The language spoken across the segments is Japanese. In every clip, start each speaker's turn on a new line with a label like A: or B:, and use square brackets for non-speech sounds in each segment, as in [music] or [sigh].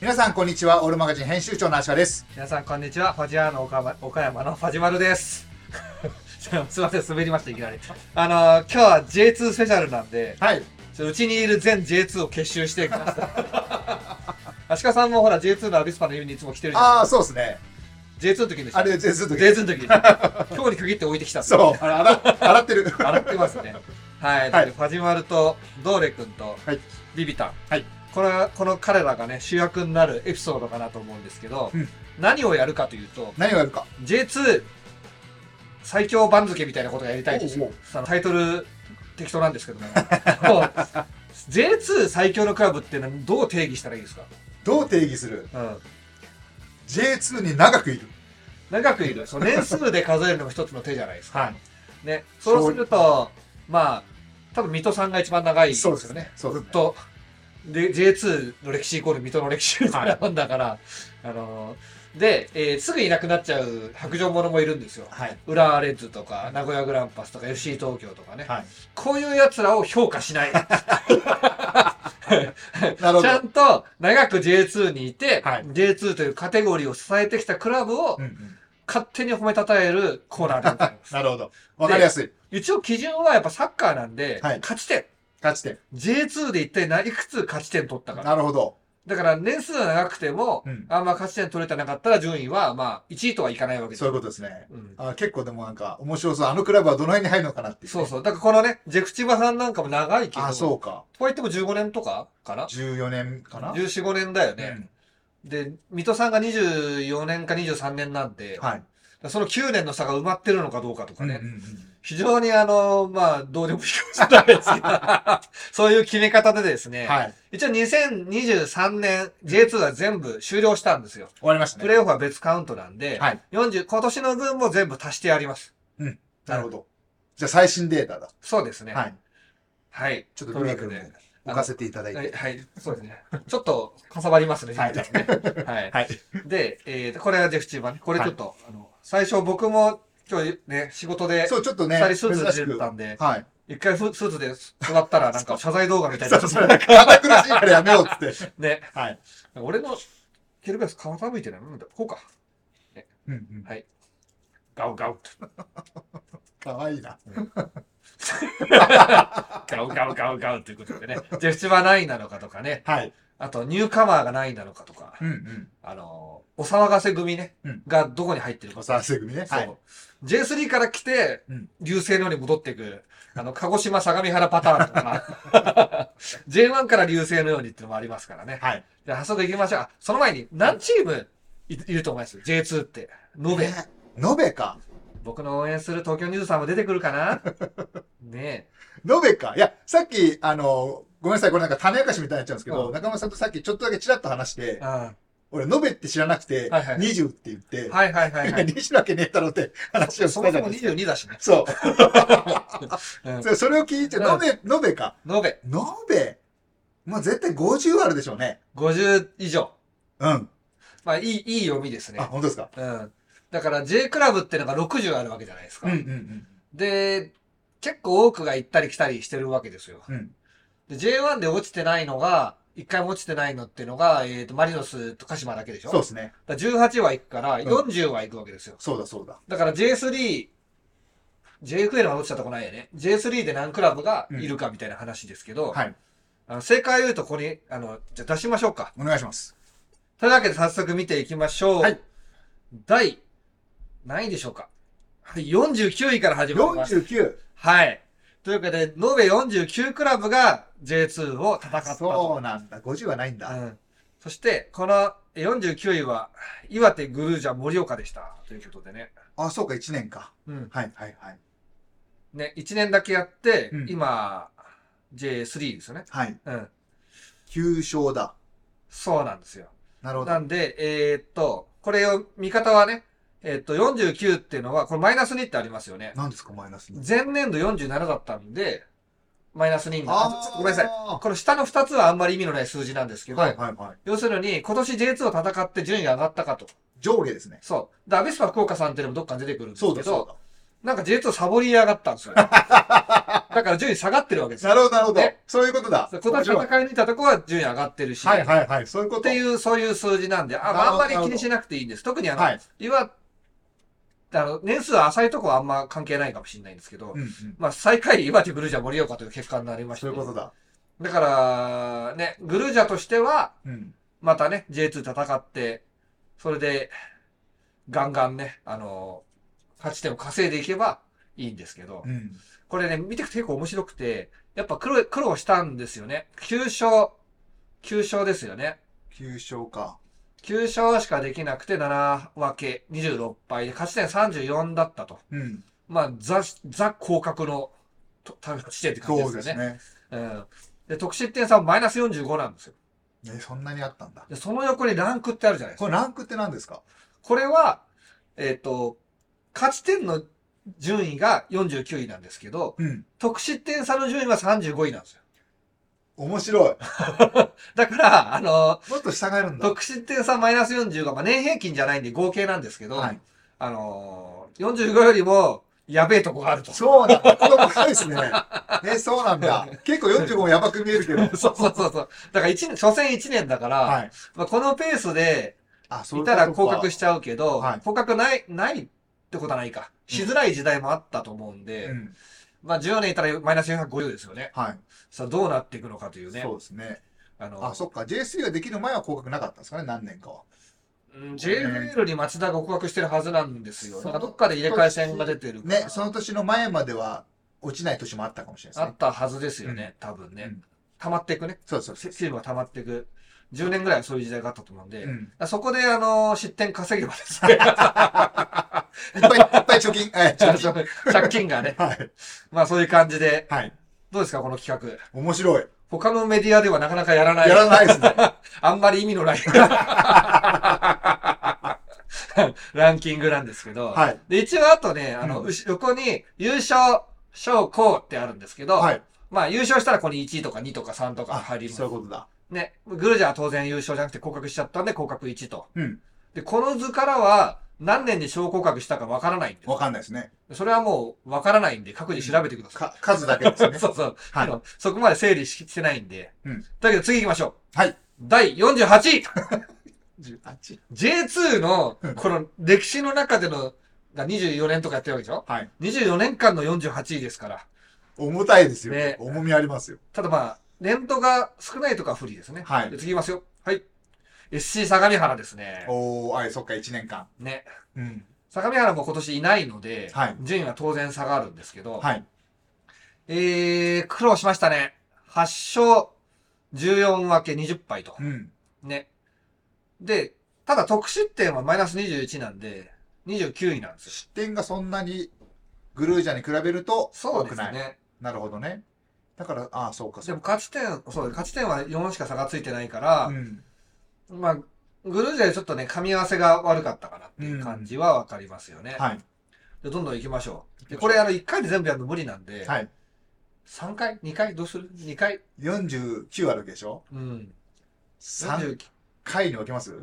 A: 皆さんこんにちはオールマガジン編集長の足輪です
B: 皆さんこんにちはファジアーノ岡山岡山のファジマルです [laughs] すいません滑りましたいきなりあのー今日は J2 スペシャルなんで
A: はいう
B: ちょうちにいる全 J2 を結集してきました [laughs] 足利さんもほら J2 のアビスパのユニいつも来てるじゃ
A: ああそうですね
B: ん J2 の時でしょ
A: あれ全然の時
B: J2 の時今日に限って置いてきた
A: そうあれ洗洗ってる [laughs]
B: 洗ってますねはい、
A: はい
B: ファジマルとドーレ君と
A: はい
B: ビビタン、
A: はい
B: このこの彼らがね主役になるエピソードかなと思うんですけど、
A: うん
B: 何をやるかというと
A: 何をやるか
B: J2 最強番付みたいなことがやりたいんです
A: おう
B: よ
A: おう。
B: そのタイトル適当なんですけどね。 [laughs] もう J2 最強のクラブっていうのはどう定義したらいいですか、
A: どう定義する
B: うん、
A: J2 に長くいる
B: 長くいる。その年数で数えるのも一つの手じゃないですか。
A: はい
B: ね、そうすると、まあ、多分水戸さんが一番長い
A: そうですよねそう
B: ず
A: です
B: っ
A: ね
B: と。で、J2 の歴史イコール水戸の歴史みたいなもんだから、あのーで、えーすぐいなくなっちゃう白状者もいるんですよ。
A: はい
B: 浦和レッズとか、名古屋グランパスとか、FC 東京とかね。
A: はい
B: こういう奴らを評価し
A: [laughs]
B: ない。ち
A: なるほど
B: ゃんと長く J2 にいて、
A: はい
B: J2 というカテゴリーを支えてきたクラブを
A: うんうん
B: 勝手に褒めたたえるコーナーでご
A: [laughs]
B: ざいます。
A: なるほどわかりやすい
B: 一応基準はやっぱサッカーなんで、
A: はい
B: 勝ち点。
A: 勝ち点
B: J2 で一体ないくつ勝ち点取ったか。
A: なるほど
B: だから年数が長くても、
A: うん
B: あんま勝ち点取れてなかったら順位はまあ1位とはいかないわけです
A: そういうことですね
B: うん
A: あ結構でもなんか面白そうあのクラブはどの辺に入るのかなっていう
B: そうそう。だからこのね、ジェクチバさんなんかも長いけど、
A: あそうか
B: とはいっても15年とかかな
A: 14年かな
B: ?14、15年だよ
A: う
B: ね、
A: ん
B: で、水戸さんが24年か23年なんで、
A: はい
B: その9年の差が埋まってるのかどうかとかね。
A: うんうんうん
B: 非常にあの、まあ、どうでもいいかもしれないですけど
A: [laughs]
B: そういう決め方でですね、
A: はい
B: 一応2023年 J2 は全部終了したんですよ。
A: 終わりました
B: プ
A: ね
B: レイオフは別カウントなんで、
A: はい
B: 40、今年の分も全部足してやります。
A: なるほどじゃあ最新データだ
B: そうですね。。
A: はいい
B: はい。
A: ちょっとグリーク
B: という
A: で
B: わけ
A: 置かせていただい
B: で。は
A: て
B: い、はい、そうですね。ちょっと、かさばりますね、
A: はい
B: 自分たち
A: [laughs]
B: ねはい。
A: はい
B: で、えー、これがジェフチーバーね。これちょっと、あの、最初僕も今日ね、仕事で、
A: そう、ちょっとね、
B: 二人スー
A: 珍
B: ツ
A: し
B: で出
A: く
B: てたんで、
A: はい。
B: 一回フスーツで座ったらなんか謝罪動画みたいに
A: そ
B: な
A: う
B: っちゃっ
A: それ、堅苦しいからやめようっつって。
B: て。ね。 [laughs]
A: はい。
B: 俺の、ケルベス皮むいてないなんだこうか。
A: うんうん。
B: ガウガウ。
A: かわいいな。
B: ガウガウガウガウというこ
A: [laughs]
B: とでね。ジェフチーバー何位なのかとかね。
A: はい。
B: あと、ニューカマーが何位なのかとか、
A: うんうん。
B: あの、お騒がせ組ね、
A: うん
B: がどこに入ってるか
A: お。さわせ組ね。
B: そ
A: は
B: う、
A: い。
B: J3 から来て、
A: うん
B: 流星のように戻っていく、あの、鹿児島相模原パターンと
A: [laughs]
B: か、J1 から流星のようにっていうのもありますからね。
A: はい。
B: じゃあ、早速行きましょう。あその前に、何チームいいると思います ?J2 って。延べ。
A: ねのべか。
B: 僕の応援する東京23も出てくる
A: [laughs]
B: かなね
A: のべか。いや、さっき、あの、ごめんなさい、これなんか種明かしみたいになっちゃうんですけ
B: う
A: ど、
B: ん
A: 中村さんとさっきちょっとだけチラッと話し
B: え。
A: て、
B: あ
A: 俺、のべって知らなくて、
B: はいはい
A: 20って言って、
B: はいはいは
A: [laughs]
B: いはい。
A: 20なわけねえだろうって話をし
B: そ
A: た
B: も
A: じゃな
B: そも
A: いですか。
B: 22だしね。
A: そうう。
B: ん
A: そそれを聞いて、のべ、のべか。
B: 延べ
A: のべ、まあ絶対50あるでしょうね。
B: 50以上。
A: うん。
B: まあ、いい、いい読みですね
A: あ、。本当ですか。
B: うん。だから J クラブってのが60あるわけじゃないですか。
A: ん
B: で、結構多くが行ったり来たりしてるわけですよ。
A: うん。うん。
B: で、J1 で落ちてないのが、一回も落ちてないのっていうのが、えっ、と、マリノスと鹿島だけでしょ
A: そうですね。
B: だから18は行くから、
A: ん
B: 40は行くわけですよ。
A: そうだそうだ。
B: だから J3、JFL は落ちたとこないよね。J3 で何クラブがいるかみたいな話ですけど、
A: はい。
B: あの正解を言うとここに、あの、じゃあ出しましょうか。
A: お願いします。
B: というわけで早速見ていきましょう。
A: はい
B: 第、何位でしょうか。はい、49位から始まります。
A: 49。
B: はい。というわけで、延べ49クラブが J2 を戦ったと。
A: そうなんだ。50はないんだ。
B: ん。そして、この49位は、岩手、グルージャ、盛岡でした。ということでね。
A: あ、そうか、1年か。
B: うん。
A: はいはいはい。
B: ね、1年だけやって、
A: うん
B: 今、J3 ですよね。
A: はい。
B: うん。
A: 9勝だ。
B: そうなんですよ。
A: なるほど。
B: なんで、えーっと、これを、見方はね、えーっと、49っていうのは、これマイナス2ってありますよね。
A: なんですか、マイナスに。
B: 前年度47だったんで、マイナス2にな
A: あ
B: あ
A: ー
B: ちょっとごめんなさい。この下の2つはあんまり意味のない数字なんですけど、
A: はいはいはい。
B: 要するに、今年 J2 を戦って順位が上がったかと。
A: 上下ですね。
B: そう。で、アビスパ福岡さんっていうのもどっかに出てくるんですけ
A: そ
B: ど、
A: うだそう
B: なんか J2 サボりやがったんですよ。だ [laughs] から順位下がってるわけですよ。
A: なるほど、なるほど
B: ね。
A: そういうことだ。
B: そう今
A: 面
B: 年
A: 白い
B: 戦い抜いたとこは順位上がってるし、
A: はいはいはい。そういうこ
B: っ
A: と。
B: ていう、そういう数字なんで、あ,、まあ、あんまり気にしなくていいんです。特にあの、
A: はい。
B: いわあの、年数浅いとこはあんま関係ないかもしれないんですけど、
A: うんうん。
B: まあ、最下位、岩手グルージャ盛岡という結果になりました
A: そう
B: ね、
A: いうことだ。
B: だから、ね、グルージャとしては、
A: うん。
B: またね、J2 戦って、それで、ガンガンね、あの、勝ち点を稼いでいけばいいんですけど
A: う、ん。
B: これね、見てくと結構面白くて、やっぱ苦労苦労したんですよね。9勝、9勝ですよね。
A: 9勝か。
B: 9勝しかできなくて7分け、26敗で、勝ち点34だったと。
A: うん。
B: まあ、ザ、ザ降格の、と、勝ち点って感じで
A: そう
B: す
A: で
B: よ
A: す
B: ね。
A: ね。
B: うん。で、得失点差はマイナス45なんですよ。
A: ね、そんなにあったんだ。
B: で、その横にランクってあるじゃないですか。
A: これランクって何ですか
B: これは、えっ、と、勝ち点の順位が49位なんですけど、
A: うん。
B: 得失点差の順位は35位なんですよ。
A: 面白い。
B: だから、あの、
A: もっと従えるんだ。
B: 得失点差マイナス40が、まあ、年平均じゃないんで合計なんですけど、
A: はい。
B: あのー、45よりも、やべえとこがあると。
A: そうなんだ。これ面白いですね。え、そうなんだ。結構45もやばく見えるけど。
B: そうそうそうそう。だから一年、初戦1年だから、
A: はい。
B: まあ、このペースで、
A: あ、そうい
B: いうたら
A: こと
B: 降格しちゃうけど、
A: はい
B: 降格ない、ないってことはないか。しづらい時代もあったと思うんで、
A: うん。
B: まあ10年いたらマイナス450ですよね。
A: はい。
B: さあどうなっていくのかというね。
A: そうですね。
B: あの、
A: あ、そっか。J3 ができる前は降格なかったんですかね、何年かは。
B: うん、JFL に松田が告白してるはずなんですよ。
A: そう
B: なんかどっかで入れ替え戦が出てるから。
A: ね、その年の前までは落ちない年もあったかもしれない
B: あ
A: で
B: ったはずですよね、多分ね。
A: うん
B: 溜まっていくね。
A: すね。そうそう
B: チ
A: そう。
B: ームが溜まっていく。10年ぐらいはそういう時代があったと思うんで。
A: うん。
B: そこで、あの、失点稼げばですね。
A: い
B: [laughs]
A: っぱいいっぱい貯金。え、貯金。
B: 借金がね。
A: はい。
B: まあそういう感じで、
A: はい。
B: どうですか、この企画。
A: 面白い。
B: 他のメディアではなかなかやらない。
A: やらない
B: [laughs]
A: ですね。
B: あんまり意
A: [laughs]
B: 味のないランキングなんですけど。
A: はい。
B: で、一応あとね、あの、
A: うん
B: うし横に優勝、賞、功ってあるんですけど、
A: はい。
B: まあ優勝したらここに1位とか2とか3とか
A: あ
B: 入、ります
A: そうい。うことだ。
B: ね、グルジャーは当然優勝じゃなくて降格しちゃったんで降格1と。
A: うん。
B: で、この図からは何年に小降格したかわからないんで
A: わかんないですね。
B: す。それはもうわからないんで各自調べてください。
A: か、数だけですね。
B: [laughs] そうそう、
A: はい
B: あの。そこまで整理ししてないんで。
A: うん
B: だけど次行きましょう。
A: はい。
B: 第48位
A: [laughs] 18。
B: !J2 の
A: うん、
B: この歴史の中での、が24年とかやってるわけでしょ
A: はい。
B: ?24 年間の48位ですから。
A: 重たいですよ
B: ね。
A: 重みありますよ。
B: ただまあ、レントが少ないとか不利ですね。
A: はい
B: で次行きますよ。はい。SC 相模原ですね。
A: おー、あい、そっか、1年間。
B: ね。
A: うん。
B: 相模原も今年いないので、
A: はい
B: 順位は当然下がるんですけど、
A: はい。
B: えー、苦労しましたね。8勝14分け20敗と
A: う。ん。
B: ね。で、ただ得失点はマイナス21なんで、29位なんですよ。
A: 失点がそんなに、グルージャーに比べると、
B: そう
A: 多
B: で
A: く
B: す
A: ない。
B: ね。
A: なるほどね。だから、ああ、そうか、
B: で
A: そう
B: も
A: か。
B: 勝ち点、そう、勝ち点は4しか差がついてないから、
A: うん。
B: まあ、グルージャでちょっとね、噛み合わせが悪かったかなっていう感じはわかりますよね。
A: はい。
B: でどんどん行きましょう。
A: 行きましょ
B: で
A: う
B: これ、あの、1回で全部やるの無理なんで、
A: はい。
B: 3回 ?2 回どうする ?2 回
A: 49あるでしょ
B: うん。
A: ?3 回に分けます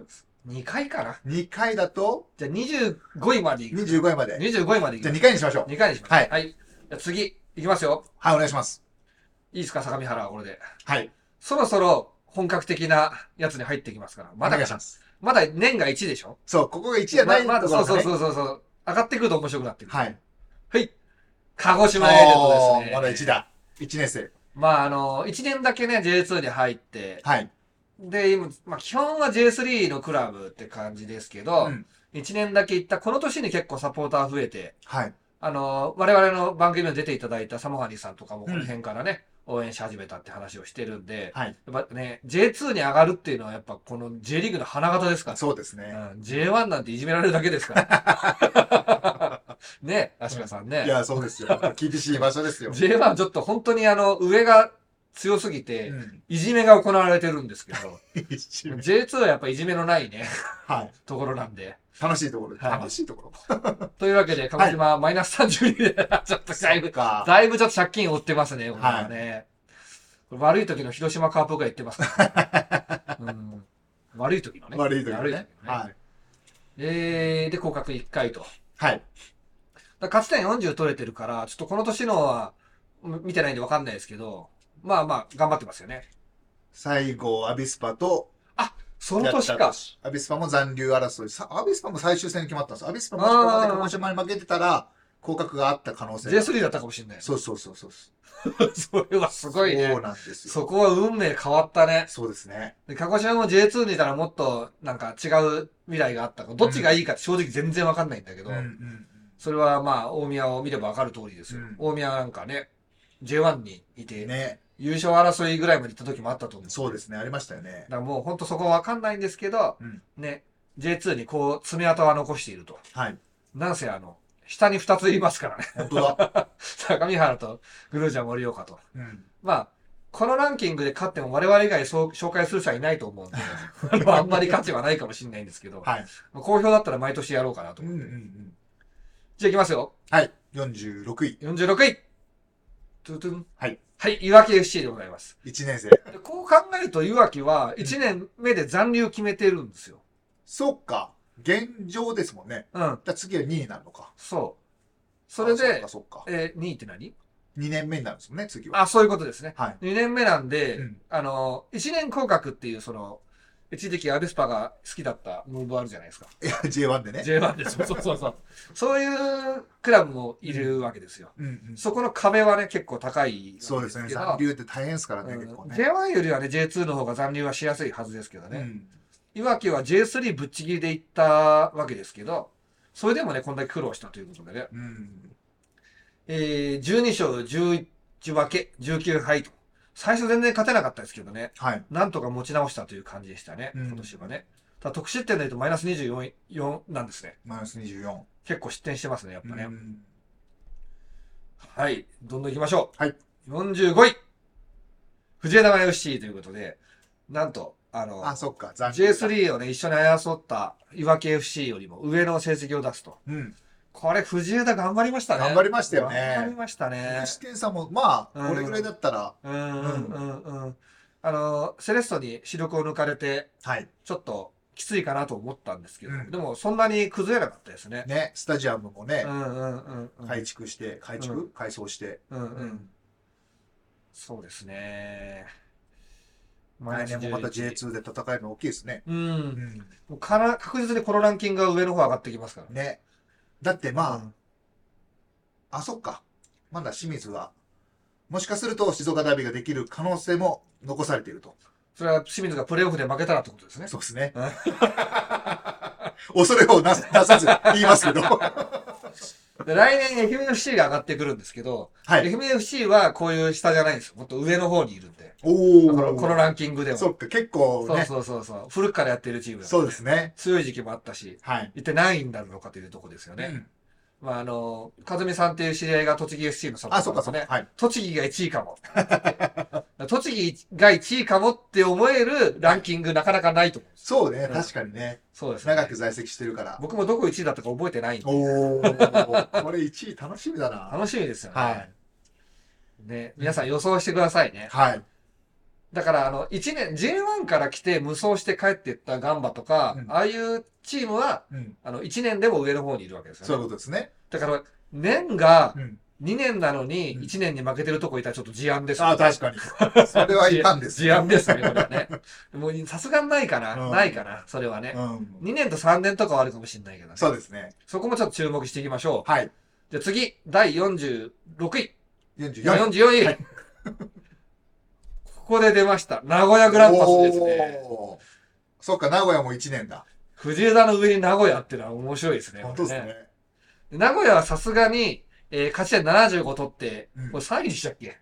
B: 2回かな
A: ?2 回だと
B: じゃあ25位まで行く。
A: 25位まで。
B: 25位まで
A: じゃあ
B: 行
A: 2
B: く。
A: 回にしましょう。
B: 2回にします。
A: はい
B: はい。じゃあ次、行きますよ。
A: はい、お願いします。
B: いいですか、相模原はこれで。
A: はい。
B: そろそろ本格的なやつに入ってきますから。まだ
A: お願いします。
B: まだ年が1でしょ
A: そう、ここが1じゃないとこ
B: ま
A: ろ
B: まだ
A: が
B: そ
A: ね
B: うそうそうそうそう。上がってくると面白くなってくる。
A: はい。
B: はい。鹿児島エイレットですね。
A: おーまだ1。だ。1年生。
B: まあ、あの、1年だけね、J2 に入って、
A: はい。
B: で、今、まあ、基本は J3 のクラブって感じですけど、
A: うん
B: 1年だけ行った、この年に結構サポーター増えて、
A: はい。
B: あの、我々の番組にも出ていただいたサモハニーさんとかもこの
A: うん
B: 辺からね、応援し始めたって話をしてるんで、
A: はい。
B: やっぱね、J2 に上がるっていうのはやっぱこの J リーグの花形ですから。
A: そうです
B: う
A: ね。
B: ん、J1 なんていじめられるだけですから。 [laughs] ね、アシカさんね。
A: いや、そうですよ。厳しい場所 [laughs] ですよ。
B: J1 ちょっと本当にあの、上が強すぎて、
A: うん
B: いじめが行われてるんです [laughs] けど、
A: 一年
B: J2 はやっぱいじめのないね、 [laughs]
A: はい。
B: ところなんで。
A: 楽しいところ。
B: はい
A: 楽しいところ。
B: というわけで、鹿児島マイナス32で、 [laughs] ちょっとだいぶ、
A: か。
B: だいぶちょっと借金を負ってますね、これはね。これ悪い時の広島カープが言ってます [laughs] から、うん悪い時のね。
A: 悪いところ
B: 悪い時
A: ね。
B: のね
A: はい。
B: えー、で、降格1回と。
A: はい。
B: だから勝ち点40取れてるから、ちょっとこの年のはむ見てないんでわかんないですけど、まあまあ、頑張ってますよね。
A: 最後、アビスパと、
B: その年か。
A: アビスパも残留争い。さアビスパも最終戦に決まったんですよ。アビスパもしここまで鹿児島に負けてたら、降格があった可能性が。
B: J3 だったかもしれない。
A: そうそうそうそう。
B: それはすごいね
A: そう。なんですよ。
B: そこは運命変わったね。
A: そうですね。
B: で鹿児島も J2 にいたらもっとなんか違う未来があったか、どっちがいいかって正直全然わかんないんだけど、
A: ん
B: それはまあ、大宮を見ればわかる通りですよ。
A: うん
B: 大宮なんかね、J1 にいて、
A: ね。
B: 優勝争いぐらいまで行った時もあったと思う。
A: そうですね。ありましたよね
B: だ。からもう本当そこはわかんないんですけど、
A: うん
B: ね、J2 にこう爪痕は残していると。
A: はい。
B: なんせあの、下に2ついますからね。
A: 本
B: [laughs]
A: 当だ。
B: 相模原とグルージャ盛岡と。
A: [laughs] うん。
B: まあ、このランキングで勝っても我々以外そう紹介する人はいないと思うんで、あ
A: [laughs]
B: のあんまり価値はないかもしれないんですけど、
A: はい。
B: まあ好評だったら毎年やろうかなと
A: うん
B: 思
A: う
B: っ
A: ん
B: て。
A: うん。
B: じゃあいきますよ。
A: はい。46位。
B: 46位。トゥトゥン。
A: はい。
B: はい、いわき FC でございます。
A: 1年生。
B: でこう考えると、いわきは1年目で残留決めてるんですよ。
A: そっか。現状ですもんね。
B: うん、
A: じゃあ次は2位になるのか。
B: そう。それで
A: あ、そっかそっか。
B: えー、2位って何
A: 2年目になるんですもんね、次は。
B: あ、そういうことですね。
A: はい。
B: 2年目なんで、
A: うん
B: あの、1年降格っていう、その、一時期アベスパが好きだったムーブあるじゃないですか。
A: いや、J1 でね。
B: J1 で、そうそうそうそう。 [laughs] そういうクラブもいるわけですよ。
A: うんうん。
B: そこの壁はね、結構高いわけけど。
A: そうですね。残留って大変ですから
B: う
A: ね、
B: ん
A: 結構ね。
B: J1 よりはね、J2 の方が残留はしやすいはずですけど
A: う
B: ね。
A: ん。
B: いわきは J3 ぶっちぎりで行ったわけですけど、それでもね、こんだけ苦労したということでね。
A: うん。
B: えー、12勝11分け、19敗と。最初全然勝てなかったですけどね。
A: はい。
B: なんとか持ち直したという感じでしたね。
A: うん
B: 今年はね。ただ得失点で言うとマイナス24四なんですね。
A: マイナス24。
B: 結構失点してますね、やっぱね。
A: うん
B: はい。どんどん行きましょう。
A: はい。
B: 45位。藤枝前 FC ということで、なんと、あの、
A: あ、そっか。残留だ。
B: J3 をね、一緒に争ったいわき FC よりも上の成績を出すと。
A: うん。
B: これ、藤枝頑張りましたね。
A: 頑張りましたよね
B: 頑張りましたね。
A: 失点差も、ま
B: うん
A: あ、これぐらいだったら、
B: うんうんうんうん。あの、セレッソに視力を抜かれて、
A: はい。
B: ちょっときついかなと思ったんですけど、
A: うん
B: でもそんなに崩れなかったですね。
A: ね、スタジアムもね
B: う、んうんうんうん。
A: 改築して、改
B: う
A: 築改装して。
B: うんう。
A: うん
B: そうですね。
A: 来年もまた
B: マイナス11
A: J2 で戦えるの大きいですね。
B: う。
A: うんん。
B: もうから確実にこのランキングが上の方上がってきますからね。
A: ね。だってまあ、
B: うん
A: あ、そっか。まだ清水は、もしかすると静岡ダービーができる可能性も残されていると。
B: それは清水がプレーオフで負けたらってことですね。
A: そうですね。 [laughs] 恐れをななさず言います
B: [laughs]
A: けど。は
B: で来年愛媛 FC が上がってくるんですけど、愛
A: い。
B: 媛 FC はこういう下じゃないんですよ。もっと上の方にいるんで。
A: お
B: このこの
A: ー。
B: ランキングでは。
A: そっか、結構
B: そう
A: ね。
B: そうそうそう。古くからやってるチームだから
A: そうですね。
B: 強い時期もあったし、
A: はい。
B: 一体何位になるのかというところですよね。
A: うん
B: まあ、あの、かずみさんっていう知り合いが栃木 FC のサポー
A: あ、
B: タ
A: そ
B: ー
A: っか、
B: です
A: そっ
B: ね
A: か。。はい。
B: 栃木が1位かも。 [laughs] 栃木が1位かもって思えるランキングなかなかないと思う。
A: そうね
B: う、ん
A: 確かにね。
B: そうですね。
A: 長く在籍してるから。
B: 僕もどこ1位だったか覚えてないんで
A: おー。これ1位楽しみだ
B: [laughs]
A: な。
B: 楽しみですよね。
A: はい。
B: ね、皆さん予想してくださいね。
A: はい。
B: だから、あの、1年、J1 から来て無双して帰っていったガンバとか、
A: うん
B: ああいうチームは、
A: うん。
B: あの、1年でも上の方にいるわけですよね。
A: そういうことですね。
B: だから、年が
A: うん。
B: 2年なのに
A: うん
B: 1年に負けてるとこいたらちょっと事案です、
A: あ、確か
B: [laughs]
A: に。それはいかんです。
B: 事案ですね、これは
A: [laughs]
B: ね。もうさすがにないかな、
A: うん
B: ないかな、それはね。
A: うん。
B: 2年と3年とかはあるかもしれないけどね。
A: そうですね。
B: そこもちょっと注目していきましょう。
A: はい。
B: じゃあ次、第46位。
A: 44
B: 44位。
A: は
B: ここで出ました。名古屋グランパスですね。
A: おーそっか、名古屋も1年だ。
B: 藤枝の上に名古屋っていうのは面白いですね。
A: 本当です
B: これ
A: ね。
B: で名古屋はさすがに、えー勝ち点75取って、
A: うん
B: これ3位でしたっけ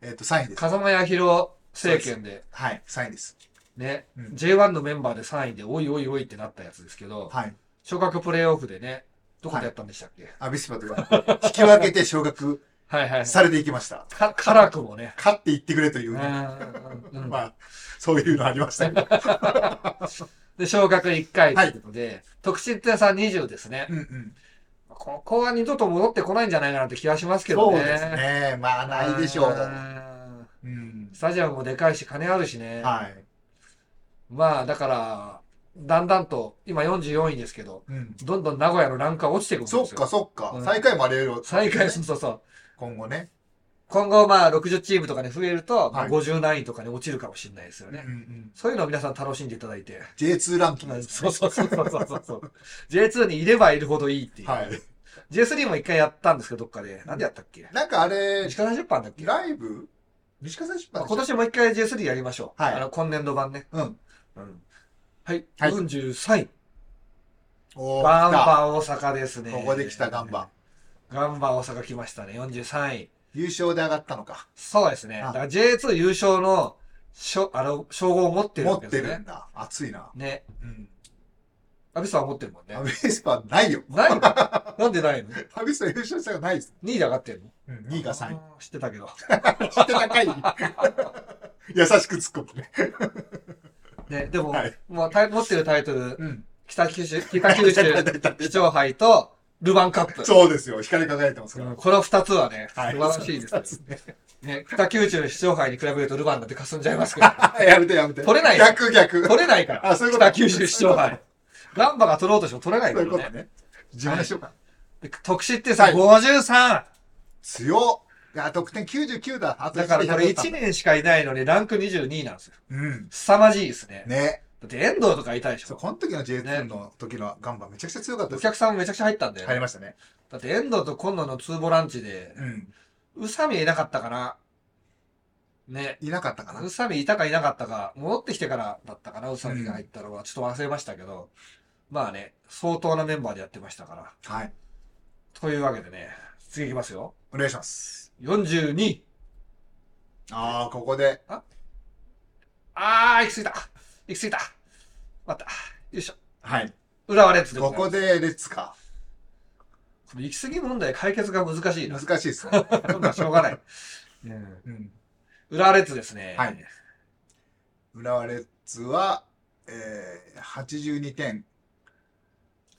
A: えっと、3位です。
B: 風間彌弘政権で、
A: はい、3位です。
B: ね、
A: うん
B: J1 のメンバーで3位で、おいおいおいってなったやつですけど、
A: はい。
B: 昇格プレイオフでね、どこでやったんでしたっけ、
A: アビスパとか、引き分けて昇格
B: はい、はいはい
A: されていきました。
B: か、辛くもね。
A: 勝っていってくれというう、
B: ん
A: ね、
B: うんうん
A: まあ、そういうのありましたけど。
B: で、昇格1回ということで、得失点差20ですね。
A: うんうん。
B: ここは二度と戻ってこないんじゃないかなって気がしますけど
A: そ
B: ね。
A: うですね。まあ、ないでしょう。
B: ん
A: うん
B: ス。タジアムもでかいし、金あるしね。
A: はい。
B: まあ、だから、だんだんと、今44位ですけど、
A: うん。
B: どんどん名古屋のランクが落ちていくんです
A: そ
B: よ。
A: っかそっか。
B: うん
A: 最下位もあれよ。
B: 最下位、そうそうそう。
A: 今後ね。
B: 今後、まあ、60チームとかに増えると、
A: は
B: まあ、
A: い
B: 50何位とかに落ちるかもしれないですよ
A: うんう
B: ね。
A: ん。
B: そういうのを皆さん楽しんでいただいて。
A: J2 ランキングです
B: そうそうそうそうそうそう。J2 にいればいるほどいいっていう。
A: はい。
B: J3 も一回やったんですけど、どっかで。なんでやったっけ
A: なんかあれ
B: 石、川出版だっけ
A: ライブ西川出
B: まあ
A: 版
B: 今年もう一回 J3 やりましょう。
A: はい
B: あの、今年度版ね。
A: うん。
B: うん。はい。
A: はい
B: 43位。
A: おー
B: ガン
A: 来た
B: バ大阪ですね。
A: ここで来たガンバ。。
B: ガンバ大阪来ましたね。43位。
A: 優勝で上がったのか。
B: そうですね。だ
A: あ
B: から J2 優勝の、しょ、あの、称号を持ってる
A: 持
B: わ
A: っ
B: けで
A: て
B: す
A: る
B: ね
A: ん。だ。熱いな。
B: ね。
A: うん。
B: アビスは持ってるもんね
A: ア。ビスパないよ。
B: ないのなんでないの ?2
A: アビスパ優勝したがないです。
B: 位で上がってるの
A: うん、2位が3位。
B: あー知ってたけど。
A: 知って高い。 [laughs] 優しく突っ込むね。
B: ね、でも、
A: はい
B: もうタイ持ってるタイトル、
A: うん。
B: 北
A: [laughs]
B: 九州、北九州、市長杯と、ルヴァンカップ。
A: そうですよ。光り輝いてますから。
B: うんこの二つはね、素
A: はい
B: 晴らしいです
A: そう
B: よ
A: で。すね。
B: ね、北九州の市長杯に比べるとルヴァンだってかすんじゃいますけど、
A: あやめてやめて。
B: 取れない
A: 逆逆。
B: 取れないから。
A: あそういうこと
B: 北九州市長杯。ガンバが取ろうとしても取れない
A: そ
B: か
A: ういうこ
B: ら
A: と
B: ね。
A: ね。自慢しようか。
B: で特殊ってさ、
A: はい
B: 53!
A: 強っ。いや、得点99だ。あと
B: だからこれ1
A: 1
B: 年しかいないのにランク22なんですよ。
A: うん。
B: 凄まじいですね。
A: ね。
B: だって遠藤とかいたでし
A: そう、
B: ょ。
A: この時の J2
B: ね
A: の時のガンバめちゃくちゃ強かったで
B: お
A: す。
B: 客さんもめちゃくちゃ入ったんだよね。
A: 入りましたね。
B: だって遠藤と今野のツーボランチで、
A: うん。
B: 宇佐美いなかったかな。ね。
A: いなかったかな
B: 宇。佐美いたかいなかったか、戻ってきてからだったかな、宇佐美が入ったのは。ちょっと忘れましたけど。まあね、相当なメンバーでやってましたから。
A: はい。
B: というわけでね、次いきますよ。
A: お願いします。
B: 42。
A: ああ、ここで。
B: あー、行き過ぎた。行き過ぎた。待った。よいしょ。
A: はい。
B: 浦和レッズでご
A: こ
B: ざいま
A: こで
B: す
A: レッツか。
B: この行き過ぎ問題解決が難しいな
A: 難。しいです
B: [laughs]
A: ね。
B: まあしょう
A: [laughs]
B: がない。うん
A: うん。
B: 浦和レッズですね。
A: はい浦和レッズは、えー、82点、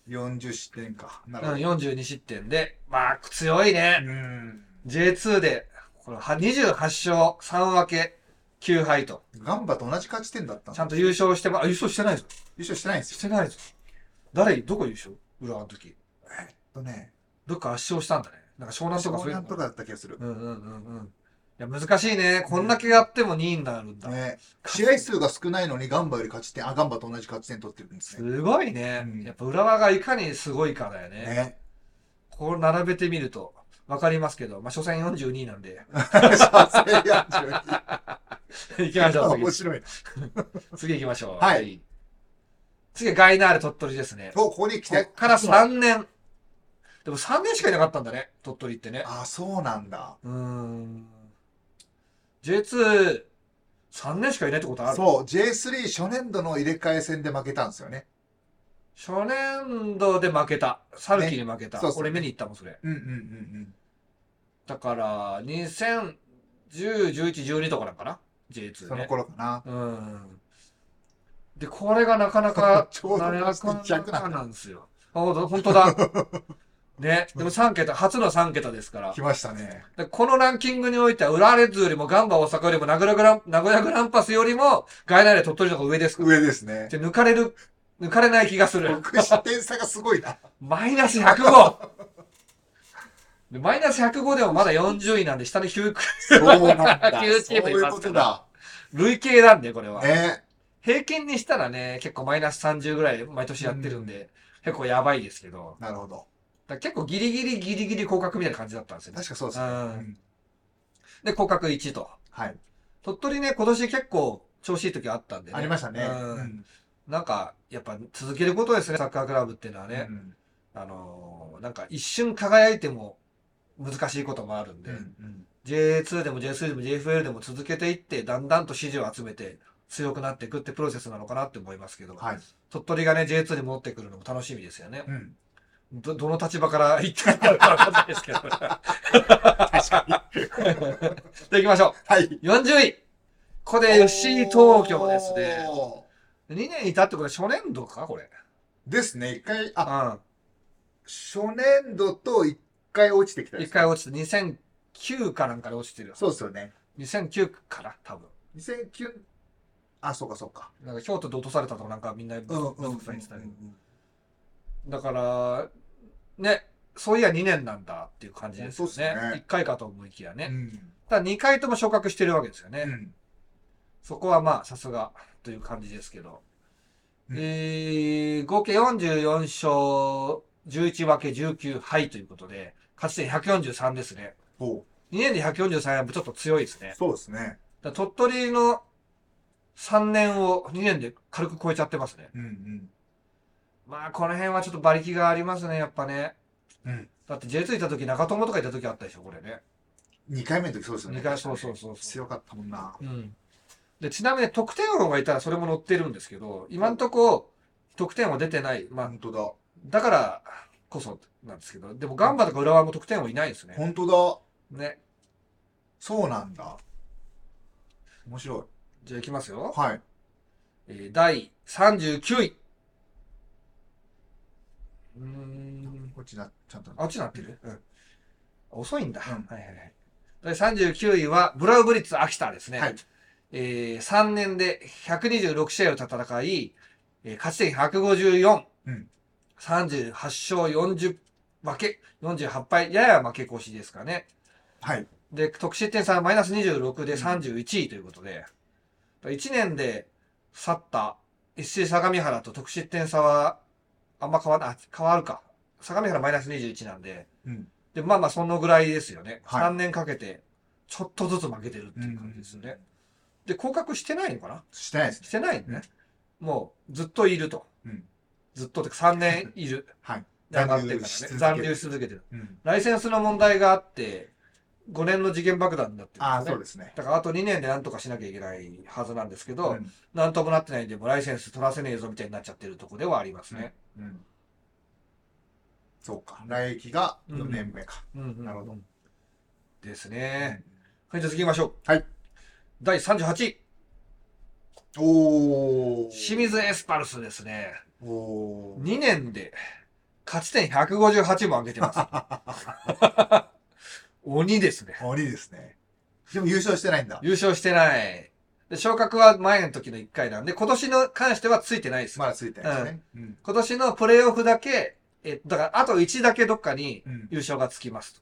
A: 40失点か。な
B: うん
A: るほど。
B: 42失点で、まあ、強いね。
A: うん。
B: J2 で、これは28勝3分け9敗と。
A: ガンバと同じ勝ち点だったの
B: ちゃんと優勝してま、あ、優勝してないぞ。
A: 優勝してないんです
B: し
A: よ。
B: てないぞ。誰、どこ優勝浦和の時。
A: えーっとね、
B: どっか圧勝したんだね。なんか湘南とか
A: 湘
B: そういうの
A: 南とかだった気がする。
B: うんうんうんうん。いや、難しいね。こんだけやっても2位になるんだ。
A: ね、試合数が少ないのにガンバより勝ち点、あ、ガンバと同じ勝ち点取ってるんですね。
B: すごいね。
A: うん
B: やっぱ浦和がいかにすごいかだよね。
A: ね。 [laughs]
B: こう並べてみると分かりますけど、まあ、初戦42なんで。
A: 面
B: 行きましょう、
A: 白いな。
B: 次。次行きましょう。
A: はい
B: 次、ガイナーレ鳥取ですね。
A: と、ここに来
B: こ
A: て
B: っ。から3年。でも3年しかいなかったんだね、鳥取ってね。
A: あ、そうなんだ。
B: うーん。J2、3年しかいないってことある
A: そう、J3 初年度の入れ替え戦で負けたんですよね。
B: 初年度で負けた。サルキに負けた。
A: ねそうそう
B: 俺見に行ったもん、それ。
A: うんうんうん
B: だから、2010、11、12とかなんかな
A: うん。
B: ?J2
A: その
B: ね。
A: 頃かな。
B: うん。で、これがなかなか
A: [laughs] 、ちょうど
B: なかな
A: 逆な
B: か
A: んだ
B: なんですよ。あ、ほんとほん
A: [laughs]
B: とだ。ね。でも3桁、初の3桁ですから
A: 来。ましたね。
B: でこのランキングにおいては、浦和レッズよりもガンバ大阪よりも名古屋グラン、名古屋グランパスよりも、外来で鳥取の方が上ですから。
A: 上ですね。 [laughs]
B: で抜かれる、抜かれない気がする。
A: 僕、失点差がすごいな。
B: マイナス105でマイナス105でもまだ40位なんで、下に9くらい、
A: そうなん
B: [laughs]
A: だ。
B: 旧チームい
A: そういう
B: ま
A: こ
B: すか
A: とだ。
B: 累計なんで、これは。
A: ね。
B: 平均にしたらね、結構マイナス30ぐらい毎年やってるんで、結構やばいですけど、
A: なるほど。
B: だから結構ギリギリギリギリ降格みたいな感じだったんですよね。
A: 確かそうですね。
B: うん
A: うん
B: で、降格1と。
A: はい。
B: 鳥取ね、今年結構調子いい時あったんでね。
A: ありましたね。
B: うん
A: うん
B: なんか、やっぱ続けることですね、サッカークラブっていうのはね
A: う。ん
B: あのーなんか一瞬輝いても難しいこともあるんで、
A: うんうん。
B: J2 でも J3 でも JFL でも続けていって、だんだんと支持を集めて強くなっていくってプロセスなのかなって思いますけど、
A: はい。
B: 鳥取がね、J2 に戻ってくるのも楽しみですよね。
A: うん。
B: ど、どの立場から言ってる
A: [laughs]
B: かわかんないですけど。
A: 確かに。
B: で、行きましょ
A: はい。
B: う。40位。ここで FC 東京ですね。
A: おー。
B: 2年いたってこれ初年度かこれ。
A: ですね、一回、
B: う
A: あ、
B: ん。
A: 初年度と一回落ちてきたで
B: 1
A: す。
B: 回落ちて、2009かなんかで落ちてる。
A: そうですよね。
B: 2009から多分。
A: 2009あ、そうかそうか。
B: なんか、ひょうとで落とされたとかなんかみんな、ブツブツ言ってたけどだから、ね、そういや2年なんだっていう感じですよ
A: そうっすね
B: ね。1回かと思いきやね。
A: うん
B: ただ2回とも昇格してるわけですよね。
A: うん
B: そこはまあ、さすがという感じですけど。
A: うん
B: えー、合計44勝11分け19敗ということで、勝ち点143ですね。
A: ほ
B: 2年で143やっぱちょっと強いです
A: う
B: ね。
A: そうですね。
B: だから鳥取の3年を2年で軽く超えちゃってますね。
A: うん
B: まあ、この辺はちょっと馬力がありますね、やっぱね。
A: うん。うん。
B: だって J2 いた時、中友とかいた時あったでしょ、これね。
A: 2回目の時そうですよね。
B: 2回、そうそうそうそう。
A: 強かったもんな。
B: うん。で、ちなみに得点王がいたらそれも載ってるんですけど、今んとこ得点は出てない。まあ、
A: 本当だ。
B: だからこそなんですけど、でもガンバとか浦和も得点王いないですね。
A: 本当だ。
B: ね。
A: そうなんだ。面白い。
B: じゃあいきますよ。
A: はい。
B: えー、第39位。うーん。
A: こっちな、ちゃんと。
B: あっちになってるうん。遅いんだ。
A: うん
B: はいはいはい。第39位は、ブラウブリッツ秋田ですね。
A: はい。
B: えー、3年で126試合を戦い、えー勝ち点154、
A: うん
B: 38勝40負け、48敗、やや負け越しですかね。
A: はい。
B: で、得失点差はマイナス26で
A: うん
B: 31位ということで、1年で去った一斉相模原と得失点差はあんま変わらない、あ変わるか。相模原マイナス21なんで、
A: うん。
B: で、まあまあそのぐらいですよね。
A: はい
B: 3年かけて、ちょっとずつ負けてるっていう感じですよね。で、降格してないのかな
A: してないですね。
B: してないね。もう、ずっといると。
A: うん
B: ずっとってか3年いる。
A: [laughs] はい。
B: 上がってるからね。残
A: 残
B: 留
A: 留
B: し続けてる。
A: うん。
B: ライセンスの問題があって、5年の時限爆弾になってる
A: ああ、そう
B: ですね。
A: ですね。
B: だからあと2年で何とかしなきゃいけないはずなんですけど、
A: うん
B: なんともなってないんで、もうライセンス取らせねえぞみたいになっちゃってるとこではありますね。
A: うん。そうか。来期が4年目か。
B: うんうん
A: なるほど。
B: ですね。はい、じゃあ次行きましょう。
A: はい。
B: 第38位、
A: おお。
B: 清水エスパルスですね。
A: おお。
B: 2年で勝ち点158も上げてます。鬼ですね。
A: [laughs] 鬼ですね。でも優勝してないんだ。
B: 優勝してない。で昇格は前の時の1回なんで、今年の関してはついてないです。
A: まだついてないですね。うん。
B: 今年のプレイオフだけ、え、だからあと1だけどっかに
A: うん。
B: 優勝がつきますと。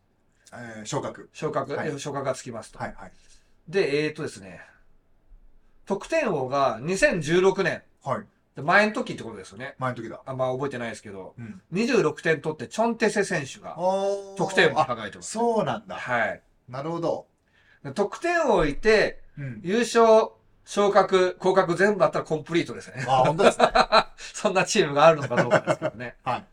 A: えー昇格。
B: 昇格、
A: はい
B: え昇格がつきますと。
A: はいはい。
B: で、えー、っとですね。得点王が2016年。
A: はい。
B: で前の時ってことですよね。
A: 前の時だ。
B: あんま覚えてないですけど。
A: うん。
B: 26点取ってチョンテセ選手が
A: お
B: 得点王を
A: あ、
B: 輝いてます。
A: そうなんだ。
B: はい。
A: なるほど。
B: 得点王いて、
A: うん。
B: 優勝、昇格、降格全部あったらコンプリートですね。 [laughs]
A: あ、本当ですね。
B: そんなチームがあるのかどうかですけどね。 [laughs]
A: はい。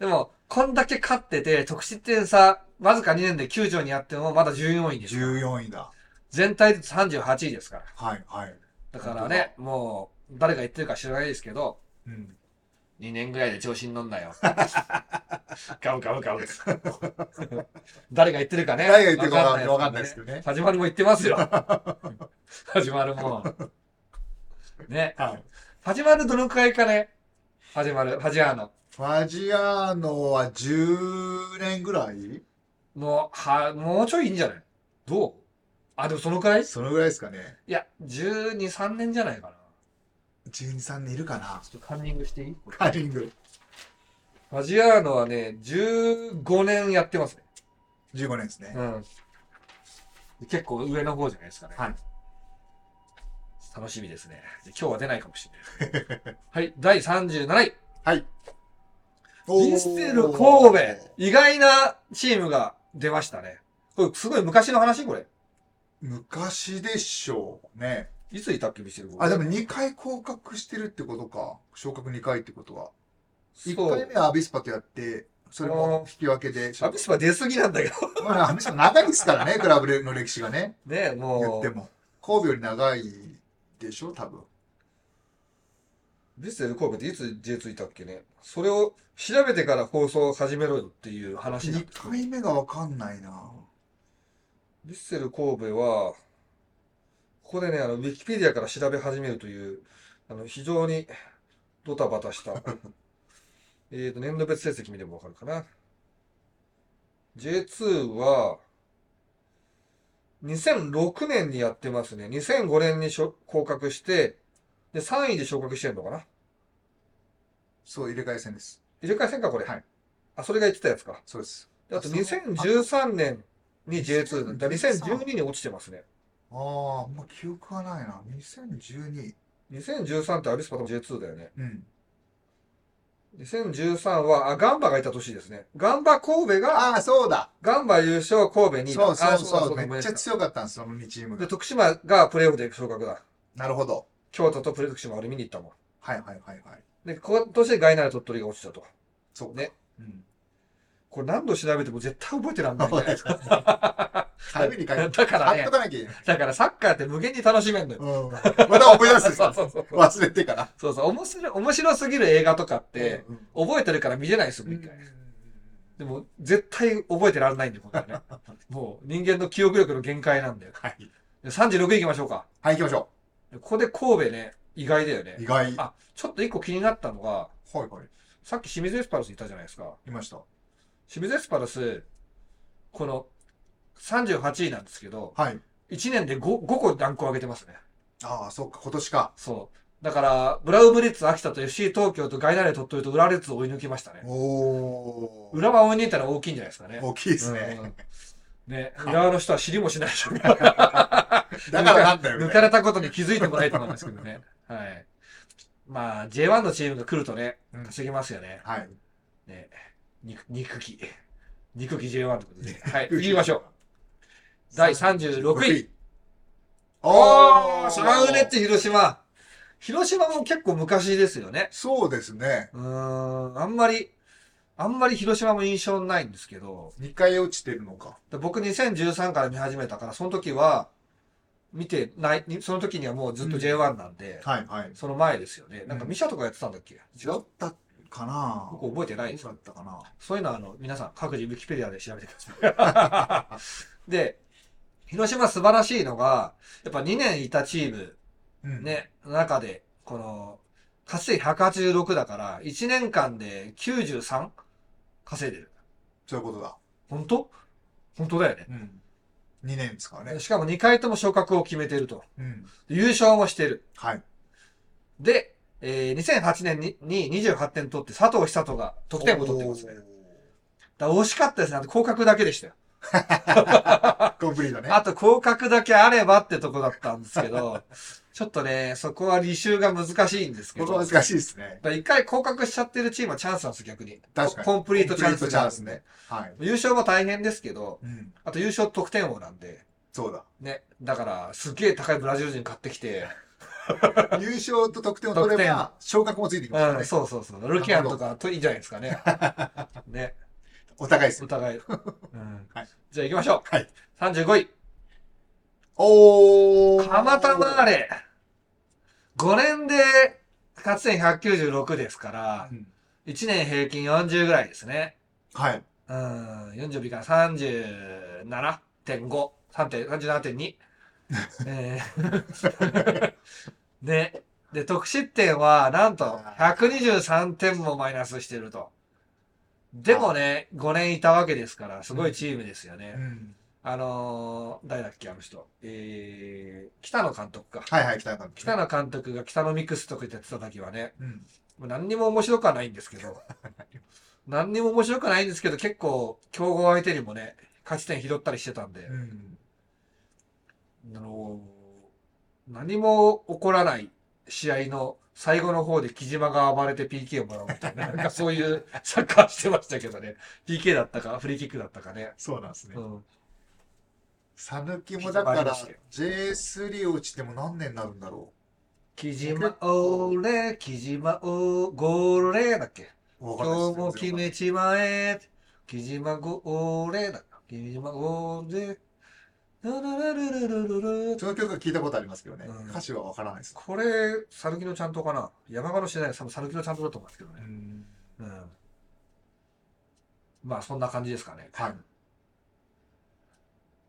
B: でも、こんだけ勝ってて、得失点差、わずか2年で9条にあっても、まだ14位ですから。
A: 14位だ。
B: 全体で38位ですから。
A: はいはい。
B: だからね、もう、誰が言ってるか知らないですけど、
A: うん。
B: 2年ぐらいで調子に乗んなよ。
A: [laughs]
B: ガウガウガウです。 [laughs] 誰が言ってるかね。
A: 誰が言ってるかわかんないです
B: け
A: けどね。
B: [laughs] ど。始まるも言ってますよ。始まるも。ね。
A: はい。
B: 始まるどのくらいかね。始まる、始まるの。
A: ファジアーノは10年ぐらい
B: の、は、もうちょいいいんじゃないどうあ、でもそのくらいい
A: そのぐらいですかね。
B: や、12、3年じゃないかな。
A: 12、3年いるかな
B: ちょっとカンニングしていい
A: カーリング。
B: ファジアーノはね、15年やってますね。
A: 15年ですね。
B: うん。結構上の方じゃないですかね。
A: はい
B: 楽しみですね。で今日は出ないかもしれない。はい、第37位。
A: はい。
B: ヴィッセル神戸。意外なチームが出ましたね。これすごい昔の話これ。
A: 昔でしょうね。
B: いついたっけ、ヴィッセル神戸。
A: あ、でも2回降格してるってことか。昇格2回ってことは。
B: そう、
A: 1回目はアビスパとやって、それも引き分けで。
B: アビスパ出すぎなんだけど。 [laughs]
A: まあアビスパ長いですからね、クラブの歴史がね。言
B: ね
A: っ
B: も
A: て
B: う、
A: も。神戸より長いでしょ、多分。
B: ヴィッセル神戸っていつ J2 いたっけね。それを調べてから放送を始めろよっていう話なん
A: 2
B: ですけど
A: 回目がわかんないな。
B: ヴィッセル神戸は、ここでね、あの、ウィキペディアから調べ始めるという、あの、非常にドタバタした、 [laughs] えっと、年度別成績見ればわかるかな。J2 は、2006年にやってますね。2005年にしょ降格して、で、3位で昇格してんのかな
A: そう、入れ替え戦です。
B: 入れ替え戦か、これ。
A: はい
B: あ、それが言ってたやつか。
A: そうです。
B: であと
A: あそう
B: 2013年に J2 だった。
A: 2013
B: 2012に落ちてますね。
A: ああ、あんま記憶はないな。2012。
B: 2013ってアビスパと J2 だよね。
A: うん。
B: 2013は、あ、ガンバがいた年ですね。ガンバ神戸が、
A: ああ、そうだ。
B: ガンバ優勝神戸に、
A: そうそう
B: あ
A: そう。
B: か
A: めっちゃ強かったんです、その2チーム
B: で、
A: が。
B: 徳島がプレーオフで昇格だ。
A: なるほど。
B: 京都とプレー徳島俺見に行ったもん。
A: はいはいはいはい。
B: で、今年ガイナル鳥取が落ちたと。
A: そうか
B: ね。
A: うん。
B: これ何度調べても絶対覚えてら
A: [laughs]
B: んないね、
A: そうですねタイムに書いて。
B: だから
A: 貼っ
B: ね
A: と、かなきゃいけない。
B: だからサッカーって無限に楽しめんのよ。
A: うん。また思い出すんです
B: [laughs] そう
A: よ
B: そうそう。
A: 忘れてから。
B: そうそう、面白い、面白すぎる映画とかって、
A: うん
B: 覚えてるから見れないです
A: う
B: も
A: ん
B: ん、一回。でも、絶対覚えてらんないんで、これね。
A: [laughs]
B: もう、人間の記憶力の限界なんだよ。
A: はい。
B: で36位行きましょうか。
A: はい、行きましょ
B: ここで神戸ね、意外だよね
A: う。意。外。はい
B: あ、ちょっと一個気になったのが、
A: はい。
B: さっき清水エスパルスいたじゃないですか。
A: いました。
B: 清水エスパルス、この、38位なんですけど、
A: はい。
B: 1年で 5, 5個ランクを上げてますね。
A: ああ、そうか、今年か。
B: そう。だから、ブラウブリッツ秋田と FC 東京とガイナレ鳥取と浦和レッズを追い抜きましたね。
A: おー。
B: 浦和を追い抜いたら大きいんじゃないですかね。
A: 大きいですね。 [laughs]
B: うん。ね、浦和の人は知りもしないでしょうから
A: [laughs] だからなんだよ。
B: 抜か
A: れ
B: れたことに気づいてもないと思うんですけどね。はい。まあ、J1 のチームが来るとね、
A: うん
B: 稼ぎますよね。
A: はい。
B: ね肉、肉気。肉気 J1 ってことで。はい、次行きましょう。第36位。
A: おー、
B: サウネッチ広島。広島も結構昔ですよね。
A: そうですね。
B: うーん、あんまり、あんまり広島も印象ないんですけど、
A: 2回落ちてるのか。
B: で僕2013から見始めたから、その時は、見てない、その時にはもうずっと J1 なんで、
A: はいはい。
B: その前ですよね。なんか
A: うん
B: ミシャとかやってたんだっけ違
A: だ
B: う
A: ったかな
B: 僕覚えてないです
A: どうだったかな
B: そういうのはあの、皆さん各自ウィキペディアで調べてください。で、広島素晴らしいのが、やっぱ2年いたチーム、
A: うん。
B: ね、の中で、この、稼い186だから、1年間で 93? 稼いでる。
A: そういうことだ。
B: 本当本当だよね。
A: うん。2年ですからね。
B: しかも2回とも昇格を決めてると。
A: うん。
B: で優勝もしてる。
A: はい。
B: で、えー2008年にに28点取って、佐藤久人が得点を取ってますね。だから惜しかったですね。あと降格だけでしたよ。
A: おー。コンプリートね。
B: あと降格だけあればってとこだったんですけ [laughs] ど、ちょっとね、そこは履修が難しいんですけ
A: こ
B: ど。
A: こ難しいですね
B: だ。から一回降格しちゃってるチームはチャンスなんです、逆に。
A: 確かに
B: コンプリートチャンスなんですね。
A: はい。
B: 優勝も大変ですけど、
A: うん。
B: あと優勝得点王なんで、
A: そうだ。
B: ね。だから、すげえ高いブラジル人買ってきて、
A: 優勝と得点を取れば、昇格もついてきますから
B: うん、
A: ね。
B: そうそうそう。ルキアンとかといいんじゃないですかね。ね。
A: お互いです
B: お。互い。うん
A: はい
B: じゃあ行きましょう。
A: はい
B: 35位。
A: おー。
B: 蒲田マーレ。5年で、勝ち点196ですから
A: う、ん
B: 1年平均40ぐらいですね。
A: はい。
B: うん、40から37.5。3.2
A: [laughs]
B: 37.2。えー [laughs] ね。で、得失点は、なんと、123点もマイナスしてると。でもね、5年いたわけですから、すごいチームですよね。
A: うん
B: あのー誰だっけ、あの人。えー、北野監督か。
A: はいはい、北野監督。
B: 北野監督が北野ミクスとか言ってた時はね、
A: うん。
B: もう何にも面白くはないんですけ [laughs] ど、何にも面白くないんですけど、結構、強豪相手にもね、勝ち点拾ったりしてたんで
A: う、ん。
B: あのー何も起こらない試合の最後の方で木島が暴れて PK をもらうみたい [laughs] な、なんかそういうサッカーしてましたけどね、PK だったか、フリーキックだったかね。
A: そうなんですね
B: う。ん
A: さぬきもだか
B: 引っ張りま
A: ら
B: したよ
A: J3 落ちても何年になるんだろ
B: 木島おーれ、木島おーゴーれだっけ
A: うわかんない
B: 今日も
A: です
B: 決めちまえ、木島ゴーれだっけ木島ゴーれ、ララララララララ
A: その曲は聞いたことありますけどね
B: うん。
A: 歌詞はわからないです。
B: これ、サルキのちゃんとかな山鹿の知らない、さサルキのちゃんとだと思うんですけどね。うん。まあ、そんな感じですかね。
A: はい。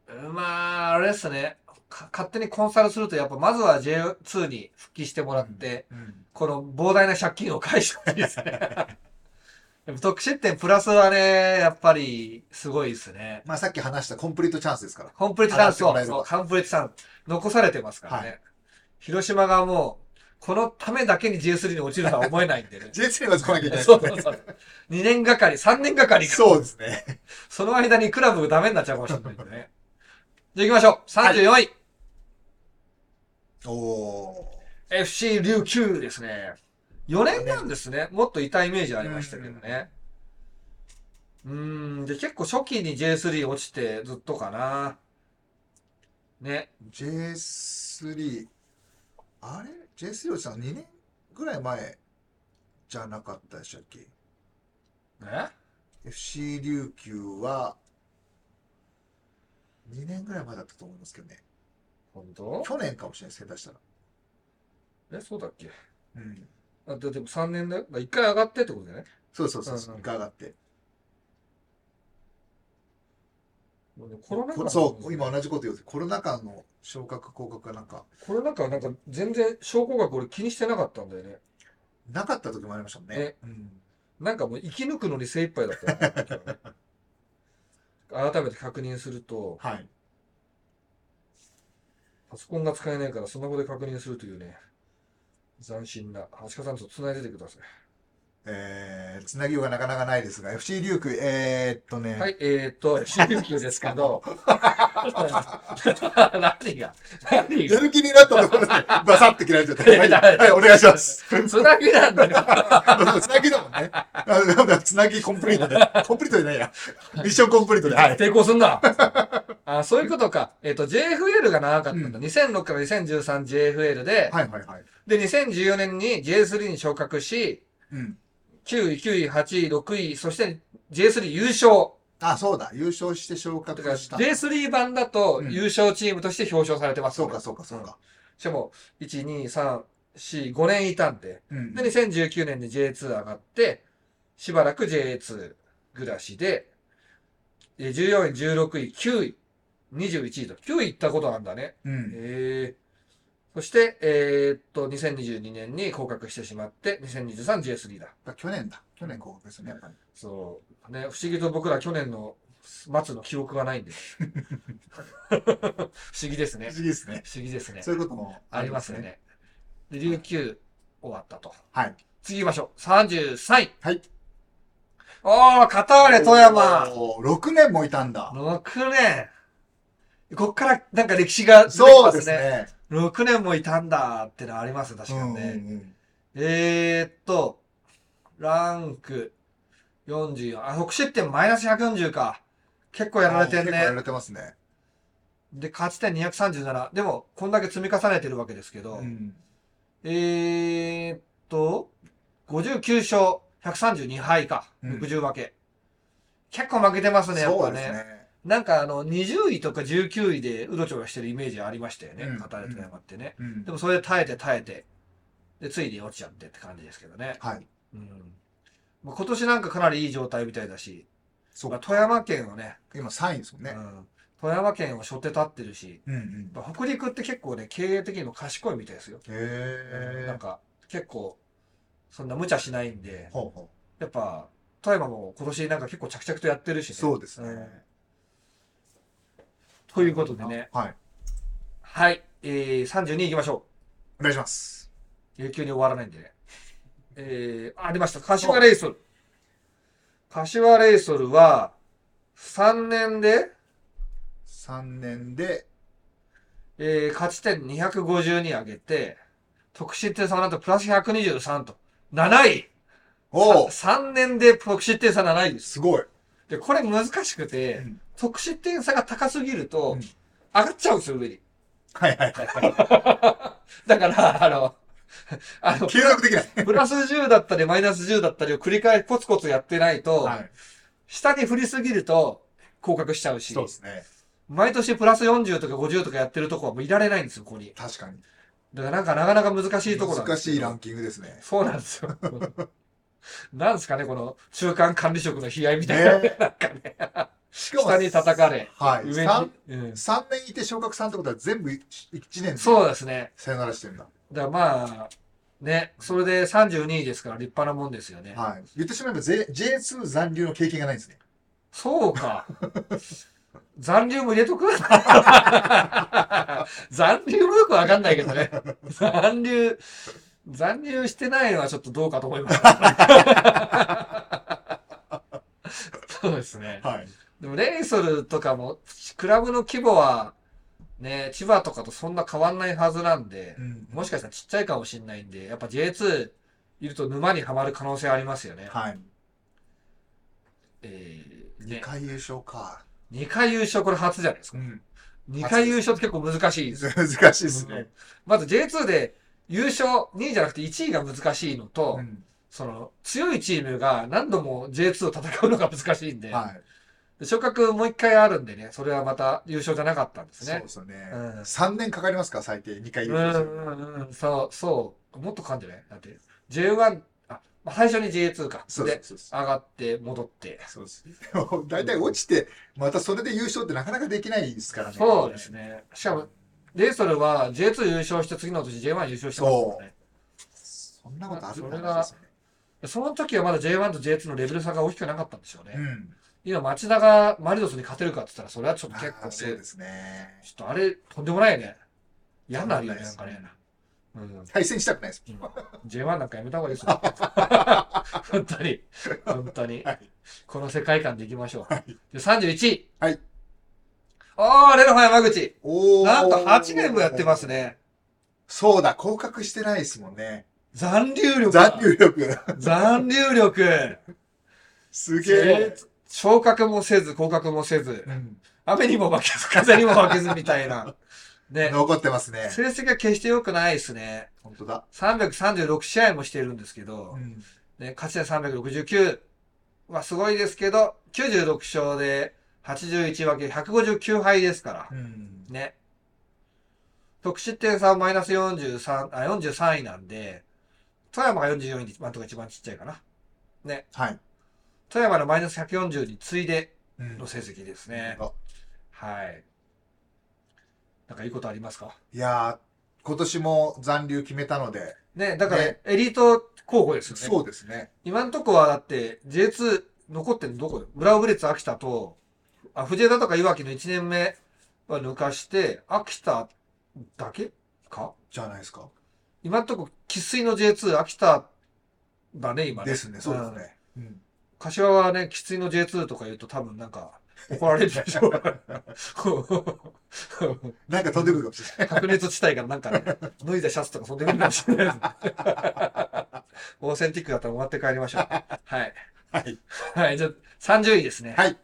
B: うんまあ、あれですね。か勝手にコンサルすると、やっぱまずは J2 に復帰してもらって、
A: うん
B: この膨大な借金を返したいですね。 [laughs] でも得失点プラスはね、やっぱりすごいですね。
A: まあさっき話したコンプリートチャンスですから。
B: コンプリートチャンス
A: 払っても
B: を、
A: らえれば
B: そうコンプリートチャンス、残されてますからね。
A: は。
B: 広島がもう、このためだけに J3 に落ちるとは思えないんで [laughs] ね
A: J3 まず来なきゃいけない。
B: そうそうそう。2年がかり、3年がかりか。
A: そうです
B: [laughs]
A: ね。
B: その間にクラブダメになっちゃうかもしれないんでね。じゃあ行きましょう。34位、
A: おお
B: FC 琉球ですね。4年なんですね。もっといたイメージありましたけどね。うーん、で結構初期に J3 落ちてずっとかな。ね。
A: ー。J3、あれ ?J3 落ちたの2年ぐらい前じゃなかったでしたっけ
B: ね
A: ?FC 琉球は、2年ぐらい前だったと思いますけどね。
B: 本当
A: 去年かもしれないです、下手したら。
B: え、そうだっけ
A: うん。
B: あででも3年だよ。1回上がってってことだよね。
A: そうそうそうそうう。
B: んうん
A: 一回上がって。
B: もうねコロナ禍
A: そう、今同じこと言うて、コロナ禍の昇格降格がなんか、
B: コロナ禍なんか全然昇降額俺気にしてなかったんだよね。
A: なかった時もありましたもんね
B: ね。
A: うん
B: なんかもう生き抜くのに精一杯だったよね [laughs] 時はね改めて確認すると、
A: はい。
B: パソコンが使えないからスマホで確認するというね、斬新な。橋川さんと繋いでてください。
A: えー、つなぎようがなかなかないですが、FC 琉球、えー、っとね、
B: はい、えー、っ
A: [laughs]
B: と、新琉球ですけど、 [laughs] 何が、何
A: や
B: が、
A: る気になったと
B: [laughs]
A: ころで、バサッて切られちゃった。
B: いや
A: はい、
B: いやいや
A: はいお願いします。
B: つなぎなんだよ。
A: つなぎだもんね。あなんだつなぎコンプリートで。コンプリートじゃないや。ミッションコンプリートで。はい。
B: 抵抗すんな。あそういうことか。えっ、と、JFL が長かったんだ。
A: う
B: 2006から 2013JFL で、
A: はいはいはい。
B: で、2014年に J3 に昇格し、
A: うん。
B: 9位、9位、8位、6位、そして J3 優勝。
A: あ、そうだ。優勝して昇
B: だ
A: 格
B: から
A: した。
B: J3 版だと
A: うん
B: 優勝チームとして表彰されてます、
A: そうかそうかそうか。
B: しかも、1、2、3、4、5年いたんで。
A: うん
B: で、2019年に J2 上がって、しばらく J2 暮らしで、えー14位、16位、9位、21位と、9位行ったことなんだね。
A: うん。
B: ええそして、えーっと、2022年に降格してしまって、2023J3 だ。
A: 去年だ。去年降格ですね、やっぱり。
B: そう。ね、不思議と僕ら去年の末の記憶がないんで。 [laughs] 不思議ですね
A: 不。思議ですね。
B: 不思議ですね。
A: そういうことも
B: ありますよ。ね。で琉球終わったと。
A: はい。
B: 次行きましょう。33位。
A: はい。
B: おー、片割れ富山。
A: おー。6年もいたんだ。
B: 6年。こっからなんか歴史が出てき
A: そう
B: ま
A: です
B: すね。
A: ね。
B: 6年もいたんだってのあります、確かにね。
A: うんうんうん
B: えー、っと、ランク44。あ、6失点マイナス140か。結構やられてん
A: 結構やら
B: ね。
A: れてますね。
B: で、勝ち点237。でも、こんだけ積み重ねてるわけですけど。
A: うん
B: えー、っと、59勝132敗か。
A: うん
B: 60負け。結構負けてますね、やっ
A: そ
B: ぱ
A: うです
B: ね。
A: ね。
B: なんかあの、20位とか19位でうろちょろしてるイメージありましたよね。
A: うん
B: カタレト山ってね。
A: うん
B: でもそれで耐えて耐えて、で、ついに落ちちゃってって感じですけどね。
A: はい。
B: うん。まあ今年なんかかなりいい状態みたいだし、
A: そ
B: まあ
A: う。
B: 富山県をね
A: 今3位ですもんね
B: う。ん、富山県を背負って立ってるし、
A: うんうん。
B: まあ北陸って結構ね、経営的にも賢いみたいですよ。
A: へ
B: なん
A: ー。
B: か、結構、そんな無茶しないんで、
A: ほうほ
B: やっぱ、富山も今年なんか結構着々とやってるし
A: う。
B: ね。
A: そうです
B: う
A: ね
B: ん。ということでね。
A: はい。
B: はい。えー、32行きましょ
A: お願いします。
B: う。永久に終わらないんでね。えー、あ、出ました。柏レイソル。柏レイソルは、3年で、
A: 3年で、
B: えー、勝ち点250に上げて、得失点差はなんとプラス123と。7位
A: おお
B: !3 年で得失点差7位です。
A: すごい。
B: で、これ難しくて、
A: うん
B: 得失点差が高すぎると、
A: うん
B: 上がっちゃうんですよ、上に。 [laughs]
A: はいはいはい。
B: だから、あの、 [laughs] あの、
A: 継続できない。
B: プラス10だったりマイナス10だったりを繰り返しコツコツやってないと、
A: はい。
B: 下に振りすぎると降格しちゃうし
A: そう、ですね。
B: 毎年プラス40とか50とかやってるとこはもういられないんですよ、ここに。
A: 確かに。
B: だからなんかなかなか難しいところなんで
A: 難
B: すけ
A: しい
B: ど
A: ランキングですね。
B: そうなんですよ。 [laughs] なんですかね、この中間管理職の悲哀みたいな。
A: ね
B: なんかね、
A: しかも
B: 下に叩かれ、
A: はい。
B: 上
A: 3
B: に、うん。
A: 年いて昇格3ってことは全部1年で
B: そうですね。
A: さよならしてるんだ。
B: だからまあ、ね、それで32位ですから立派なもんですよね。
A: はい。言ってしまえば J- J2 残留の経験がないんですね。
B: そ
A: [laughs]
B: うか。残留も入れとく [laughs] 残留もよくわかんないけどね。残留、残留してないのはちょっとどうかと思いま
A: [laughs]
B: した。そうですね。
A: はい。
B: でもレイソルとかも、クラブの規模は、ね、千葉とかとそんな変わんないはずなんで、もしかしたらちっちゃいかもしれないんで、やっぱ J2 いると沼にはまる可能性ありますよね。
A: はい。
B: えー
A: 2
B: ね、
A: 回優勝か。
B: 2回優勝これ初じゃないですか。
A: ん。
B: 2回優勝って結構難しいです。
A: 難しいですね。
B: まず J2 で優勝2位じゃなくて1位が難しいのと、
A: うん
B: その強いチームが何度も J2 を戦うのが難しいんで、
A: はい。
B: で昇格もう一回あるんでね、それはまた優勝じゃなかったんです
A: そう
B: ね
A: で。すよね。
B: うん
A: 3年かかりますか、最低。2回優
B: うん
A: 勝する。
B: うんうん、そう、そう、もっとかんじゃないだって、J1、あ、まあ、最初に J2 か。
A: そう
B: で、
A: そうそう。
B: 上がって戻って。
A: そうです。でも大体落ちて、またそれで優勝ってなかなかできないですからね。
B: そうです。ね。しかも、レイソルは J2 優勝して次の年 J1 優勝してますからね。
A: そんなことある
B: そ
A: かな
B: れが
A: いです
B: その時はまだ J1 と J2 のレベル差が大きくなかったんでしょうね。
A: よね。うん。
B: 今、町田がマリノスに勝てるかって言ったら、それはちょっと結
A: あ
B: 構
A: ーそう
B: ね
A: で、すね。
B: ちょっとあれ、とんでもないね。嫌になるよね、
A: と
B: なんん
A: でも
B: か
A: ない
B: ね
A: です。
B: うん。
A: 対戦したくないです。
B: J1 なんかやめた方がいい
A: [laughs]
B: ですよ。本当に。本当に
A: はい。
B: この世界観でいきましょう
A: は。い
B: で31位。
A: はい。
B: あー、レノファ山口。
A: おー
B: なんと8年もやってます。ね。
A: そうだ、降格してないですもんね。
B: 残留力だ。
A: 残留
B: [laughs]
A: 力。
B: 残留力。
A: すげえ
B: え。ー昇格もせず、降格もせず
A: う、ん
B: 雨にも負けず、風にも負けずみた
A: [laughs]
B: いな。ね。
A: 残ってますね。
B: 成績は決して良くないですね。
A: 本当だ。
B: 336試合もしてるんですけど
A: う、ん
B: ね、勝ち点369はすごいですけど、96勝で81分け、159敗ですから、
A: うん
B: ね。得失点差はマイナス43、あ、43位なんで、富山が44位で、まあ、とか一番ちっちゃいかな。
A: はい。
B: 富山のマイナス140に次いで
A: うん
B: の成績ですね。
A: あ
B: はい。なんかいいことありますか
A: いやー、今年も残留決めたので、
B: ね、だから、
A: ね
B: エリート候補ですよね。
A: そうですね。
B: 今んとこはだって J2 残ってんのどこよ浦和ブレッツ秋田と、あ、藤枝とかいわきの1年目は抜かして、秋田だけか
A: じゃないですか。
B: 今んとこ生粋の J2 秋田だね、今ね。
A: ですね、そうですね。うん
B: 柏はね、生粋の J2 とか言うと多分なんか怒られる [laughs] でしょ
A: [laughs]
B: う。
A: なんか飛んでくるかもしれない。
B: 白熱地帯がなん
A: [laughs]
B: かね、脱いだシャツとかそんでくるかもしれないですね。
A: [laughs]
B: オーセンティックだったらもらって帰りましょう。はい。
A: はい。
B: はい、じゃあ、30位ですね。
A: はい。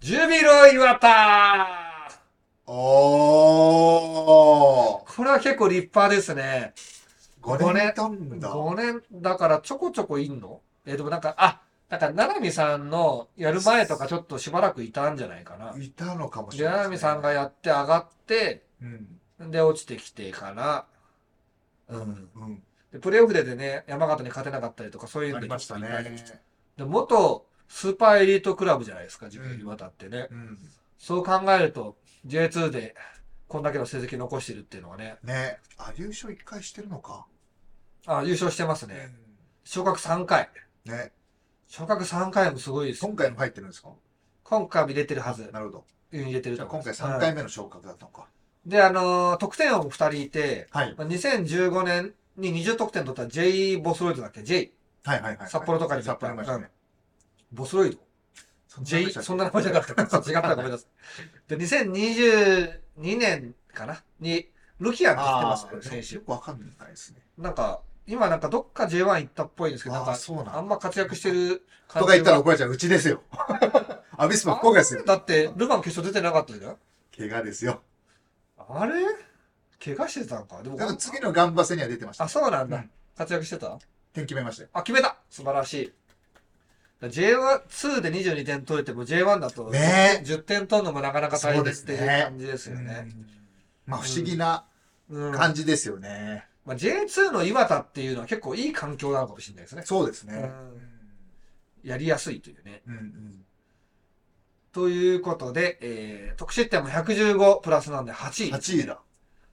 B: ジュビロ磐田
A: おー。
B: これは結構立派ですね。
A: 5年いたんだ。
B: 5年、だからちょこちょこいんのえーでもなんか、あ、なんか、七海さんのやる前とかちょっとしばらくいたんじゃないかな。
A: いたのかもし
B: で、
A: れないですね。
B: 七海さんがやって上がって、
A: うん。
B: で、落ちてきてから、う
A: うんん。。うん。
B: で、プレーオフでね、山形に勝てなかったりとか、そうい
A: あ
B: うの
A: り
B: で
A: ました
B: ちょっといっぱい
A: ね。
B: で、元スーパーエリートクラブじゃないですか、ジュビロ磐田ってね。
A: うん。
B: そう考えると、J2 でこんだけの成績残してるっていうのはね、
A: ね。あ、優勝1回してるのか。
B: あ、優勝してますね。
A: ね。
B: 昇格3回。昇格3回もすごいですよ。
A: 今回も入ってるんですか
B: 今回も入れてるはず。
A: なるほど。
B: うん入れてる
A: じ
B: と
A: ゃあ
B: 思い
A: 今回
B: ます
A: 3
B: は
A: 回目の昇格だったのか。
B: いで、あのー得点王も2人いて、
A: はい。
B: まあ2015年に20得点取った J ボスロイドだっけ ?J。
A: はいはいはい。
B: 札幌とかにも
A: 札
B: いった
A: 幌にもいましたね。
B: ボスロイド
A: そんな名前
B: ?J。
A: でしたっけ
B: そんな名前じゃなかった。違った。ごめ [laughs] んなさい。で、2022年かなに、ルキアンって知ってます
A: あー
B: 選手
A: よ。くわかんないですね。
B: なんか、今なんかどっか J1 行ったっぽいんですけど、なん
A: ああ、
B: か、
A: そうなんだ
B: あんま活躍してる感
A: [laughs] と
B: じ
A: か言ったら
B: は。
A: 怒られちゃう。うちですよ。 [laughs] アビスパ福岡ですよ。
B: だって、ルヴァン決勝出てなかったじゃん
A: 怪我ですよ。
B: あれ怪我してたんか。でも
A: で、も次のガンバ戦には出てました
B: あ、。そうなんだ。
A: うん
B: 活躍してた
A: 点決めましたよ。
B: あ、決めた素晴らしい。J2 で22点取れても J1 だと
A: ね
B: 10点取るのもなかなか大変っていう感じですよね。
A: うんまあ不思議な
B: うんまあ、
A: 感じですよね。
B: J2 の岩田っていうのは結構いい環境なのかもしれないですね。
A: そうです
B: う
A: ね。
B: んやりやすいというね。
A: うんうん
B: ということで、えー、得失点も115プラスなんで8位。
A: 8位だ。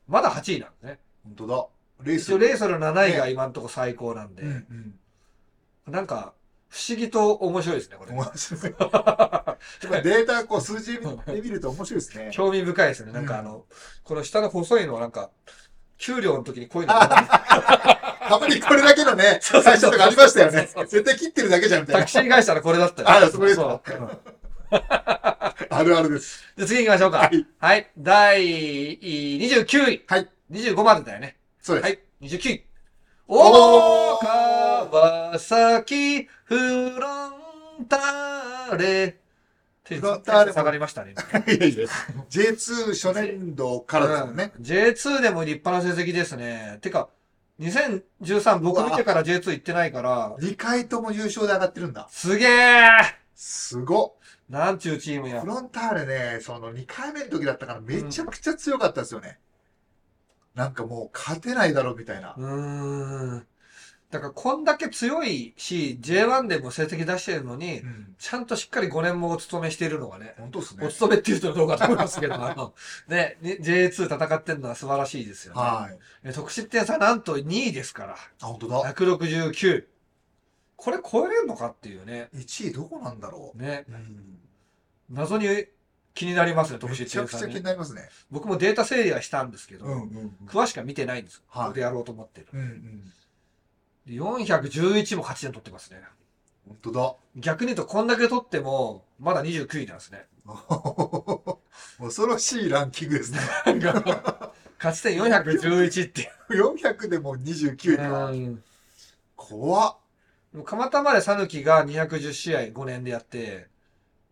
B: まだ8位なんですね。
A: 本当だ。レース。
B: 一応レイソル7位が今のところ最高なんで、
A: うんうん。
B: なんか不思議と面白いですね、これ。
A: 面
B: [laughs]
A: 白い。やっぱデータ、こう数字で見ると面白いですね。
B: 興味深いですね。なんかあの、この下の細いのはなんか、給料の時にこう
A: [laughs]
B: いうのが
A: たまにこれだけのね、
B: [laughs] そうそう
A: 最
B: そ
A: 初
B: う
A: とかありましたよね。絶対切ってるだけじゃんみたい
B: タ
A: な
B: ク。シーに返したらこれだったよ。
A: あそうです
B: そ
A: か
B: う。うん
A: あるあるです。
B: じゃあ次行きましょうか。
A: はい。
B: はい。第29位。
A: はい。
B: 25までだよね。
A: そう
B: は
A: です。
B: い。29位。
A: お
B: お
A: ー
B: 川崎フロンターレ。
A: フロンターレも
B: 下がりまし
A: [laughs]
B: たね。今
A: いやいや J2 初年度からですもんね。
B: うん J2 でも立派な成績ですね。てか、2013僕見てから J2 行ってないから、
A: 2回とも優勝で上がってるんだ。
B: すげえ
A: すごっ。
B: なんちゅうチームや
A: フ。ロンターレね、その2回目の時だったからめちゃくちゃ強かったですよね。なんかもう勝てないだろうみたいな。
B: うーん。だからこんだけ強いし、J1 でも成績出してるのに、
A: うん。
B: ちゃんとしっかり5年もお勤めしているのがね、
A: 本当です
B: お
A: ね。
B: 勤めっていうとどうかと思い
A: [laughs]
B: ますけど、あの、ね、ね J2 戦ってるのは素晴らしいですよね。
A: はい。
B: え得失点差なんと2位ですから、
A: あ、本当だ。
B: 169。これ超えれるのかっていうね、
A: 1位どこなんだろ
B: ね、
A: う。うん。
B: 謎に気になりますね、得
A: め
B: 失
A: ちゃ
B: 点
A: くち
B: 差
A: ゃ気
B: ね
A: に。なりますね。
B: 僕もデータ整理はしたんですけど、
A: うん
B: 詳しくは見てないんです。
A: はい
B: ここでやろうと思ってる。
A: うんうん。
B: で411も8点取ってますね。
A: 本当だ。 [laughs]
B: 逆に言うと、こんだけ取っても、まだ29位なんですね。
A: 恐ろしいランキングですね。 [laughs]
B: なんか勝ち点411っていう。
A: 400でも [laughs] う29位か。
B: うん
A: 怖っ。
B: でも蒲田まで讃岐が210試合5年でやって、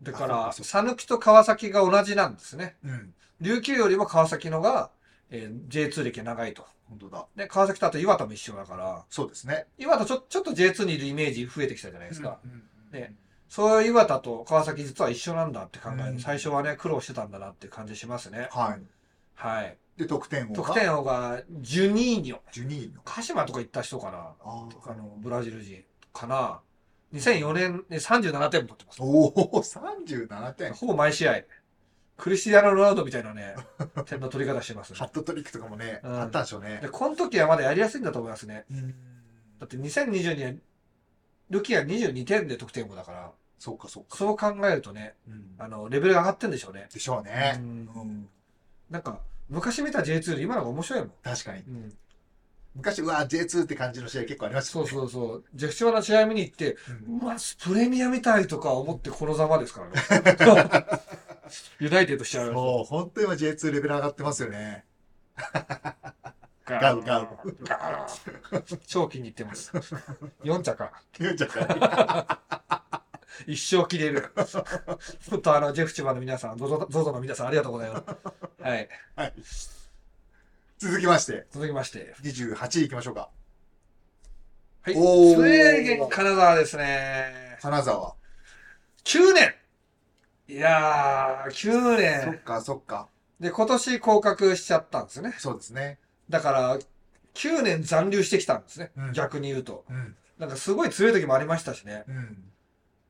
B: だか
A: あ
B: ら、
A: そうか
B: 讃岐と川崎が同じなんですね。
A: うん。
B: 琉球よりも川崎のが、えー J2 歴が長いと。
A: 本当だ。
B: で、川崎とあと岩田も一緒だから、
A: そうですね。
B: 岩田ちょちょっと J2 にいるイメージ増えてきたじゃないですか。
A: うんうんうん
B: ねそういう岩田と川崎実は一緒なんだって考える、
A: うん
B: 最初はね、苦労してたんだなって感じしますね。
A: は
B: はい。
A: い。で、得点王
B: 得
A: が
B: 点王がジュニーニョ。
A: 12位の。
B: 鹿島とか行った人かな。
A: あ
B: あの、ブラジル人かな。2004年で37点も取ってます。
A: おお、37点。
B: ほぼ毎試合。クリスティアーノ・ロナウドみたいなね、点の取り方してますね、
A: ハットトリックとかもね、
B: うん
A: あったんでしょうね
B: で、。この時はまだやりやすいんだと思いますね。
A: うん
B: だって2022年、ルキア22点で得点王だから、
A: そうか、そうか。
B: そう考えるとね、
A: うん
B: あの、レベルが上がってんでしょうね。
A: でしょうねう
B: う。
A: んん
B: なんか、昔見た J2 より今の方が面白いもん。
A: 確かに。
B: うん、
A: 昔、うわ、J2 って感じの試合結構ありました
B: そ
A: ね
B: うそうそう。ジェフチョの試合見に行って、
A: うん
B: うわ、スプレミアみたいとか思ってこのざまですからね。ユナイテッドしちゃうよ。
A: もう、本当に今 J2 レベル上がってますよね。
B: ガ
A: ウガウ
B: ガウ。超気に入ってます。4着か。
A: 言うんじゃ [laughs] ない
B: 一生切れる。 [laughs] 本当あの、ジェフチマの皆さん、ゾゾゾゾの皆さんありがとうございます。はい。
A: はい。続きまして、
B: 続きまして。
A: 28位いきましょうか。
B: はい。スウ
A: おー
B: ェーデン、金沢ですね。
A: 金沢。
B: 9年いやー、9
A: そ
B: 年
A: っ。か、そっか。
B: で、今年降格しちゃったんですね。
A: そうですね。
B: だから、9年残留してきたんですね。
A: うん
B: 逆に言うと。
A: うん。
B: なんかすごい強い時もありましたしね。
A: うん。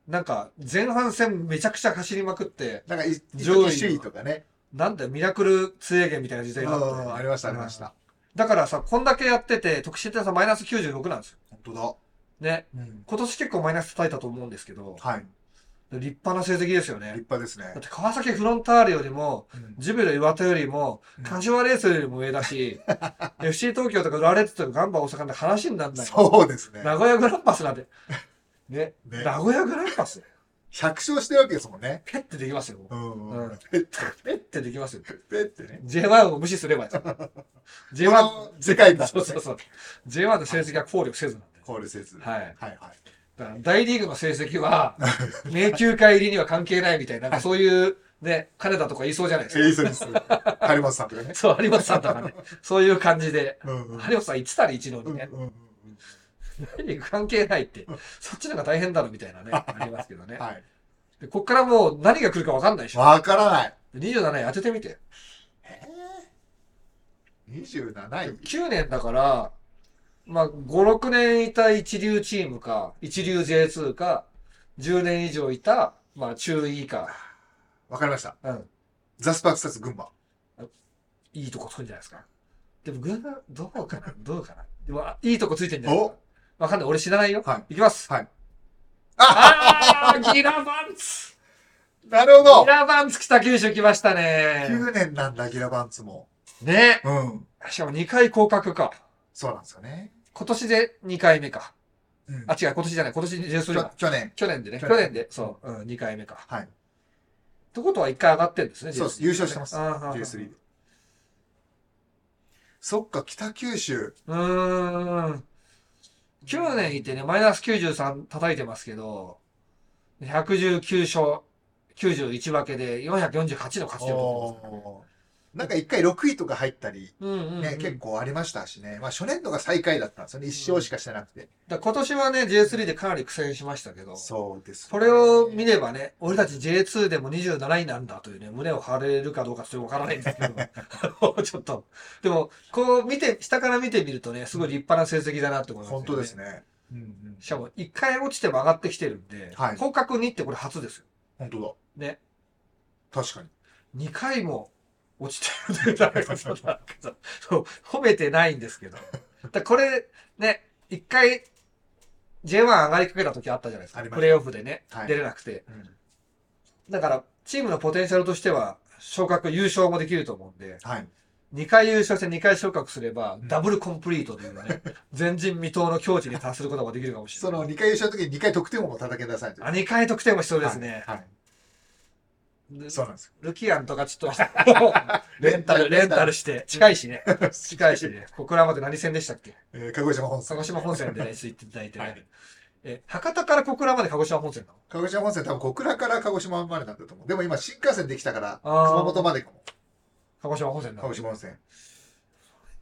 B: なんか前半戦めちゃくちゃ走りまくって、
A: なんか、い
B: 上位の
A: 首位とかね。
B: なんだよミラクルツエーゲンみたいな時
A: う
B: 代があったよね
A: んありました、ありまし。
B: うん
A: た。
B: だからさ、こんだけやってて、特殊点差マイナス96なんですよ。
A: 本当だ。
B: ね。
A: うん。
B: 今年結構マイナス叩いたと思うんですけど、
A: はい。立
B: 立派な成績ですよね。
A: 派ですね
B: だっ。て川崎フロンターレよりも、
A: うん
B: ジュビロ岩田よりも、カジュアレースよりも上だ
A: [laughs]
B: し、FC 東京とか浦和レッズとかガンバ大阪で話にならない。
A: そうですね。
B: 名古屋グランパスなんて。ね。
A: ね
B: 名古屋グランパス
A: 100勝してるわけですもんね。
B: ペッてできますよ。
A: うん
B: う
A: うんん。ペッて、
B: ペッてできますよ。
A: ペッてね。
B: J1 を無視すればい
A: [laughs]
B: い。
A: こ
B: J1、
A: の世界だ。
B: そうそうそう。J1 の成績は考慮せずなんで。
A: 考慮せず。はい
B: はい。
A: はい。
B: だから大リーグの成績は、
A: [laughs]
B: 迷宮会入りには関係ないみたいな、なんかそういう、ね、金田とか言いそうじゃないです
A: え
B: か。
A: ー、そうです。 [laughs] 張本さんとかね。
B: そう、有松さんとかね。そういう感じで。
A: うんうん。
B: 有松さん1たり1の
A: う
B: に
A: んうん
B: ね、
A: うん
B: 大リーグ関係ないって、そっちの方が大変だろみたいなね、ありますけど
A: う
B: ね
A: ん。。はい。
B: でこっからもう何が来るか分かんないでしょ。
A: わからない。
B: 27位当ててみて。
A: 27位。
B: 9年だから、まあ、5、6年いた一流チームか、一流 J2 か、10年以上いた、まあ、中位か。
A: わかりました。
B: うん。
A: ザスパクサス群馬。
B: いいとこつくんじゃないですか。でも、群馬、どうかなどうかなでも、あいいとこついてんじゃないですか。わかんない。俺知らないよ。。
A: はい
B: きます。
A: はい。
B: あー、ギラバンツ
A: なるほ
B: ギ
A: ど
B: ラバンツ北九州来ましたね。
A: !9 年なんだ、ギラバンツも。
B: ね。
A: うん。
B: しかも2回降格か。
A: そうなんですよね。
B: 今年で2回目か。
A: うん
B: あ、違う、今年じゃない。今年で
A: き
B: する
A: ょ去年、
B: 去年でね。
A: 去
B: 去
A: 年
B: 年で、そう、うん、2回目か。
A: はい
B: ってことは1回上がってんですね、
A: そうです
B: J3
A: 優勝してます
B: あーはーはー
A: J3 で。そっか、北九州。
B: うーん。9年いてね、マイナス93叩いてますけど、119勝、91分けで448の勝ち点を取ってます
A: おーなんか一回6位とか入ったり、
B: うんうんうん。
A: ね、結構ありましたしね。まあ初年度が最下位だったんですよね。1勝しかしてなくて。
B: だから今年はね、J3 でかなり苦戦しましたけど、
A: そうですね。
B: これを見ればね、俺たち J2 でも27位なんだというね、胸を張れるかどうかちょっとわからないんですけど、あ
A: [laughs]
B: のちょっと、でも、こう見て、下から見てみるとね、すごい立派な成績だなって思いますよ
A: 本
B: ね。
A: 当ですね。うんうん
B: しかも、1回落ちても上がってきてるんで、
A: はい
B: 降格2ってこれ初ですよ。
A: 本当だ。
B: ね。
A: 確かに。
B: 2回も落ちてるってなんかさなんかさそう褒めてないんですけど。だからこれ、ね、1回 J1 上がりかけた時あったじゃないです
A: あ
B: か。
A: りました
B: プレーオフでね、
A: はい
B: 出れなくて。
A: うん
B: だから、チームのポテンシャルとしては、昇格、優勝もできると思うんで、
A: はい。
B: 2回優勝して2回昇格すれば
A: う、ん
B: ダブルコンプリートという
A: [laughs]
B: ね、前人未到の境地に達することができるかもし
A: そ
B: れな
A: の
B: い。
A: 2回優勝の時に2回得点王も叩き出さないと。
B: あ、2回得点も必要ですね。
A: はい。はいそうなんです
B: ルキアンとかちょっと、 [laughs] レンタル、レンタルして、近いしね。
A: よ。
B: [laughs] 近いしね。小倉まで何線でしたっけ
A: えー鹿児島本
B: 鹿
A: 線。
B: 児島本線でね、ついていただいてね。
A: はい
B: え、博多から小倉まで鹿児島本線なの
A: [laughs] 鹿児島本線多分小倉から鹿児島までなんだと思う。でも今新幹線できたから、
B: あー
A: 熊本までかも。
B: 鹿児島本線な
A: 鹿
B: の
A: 児島本線。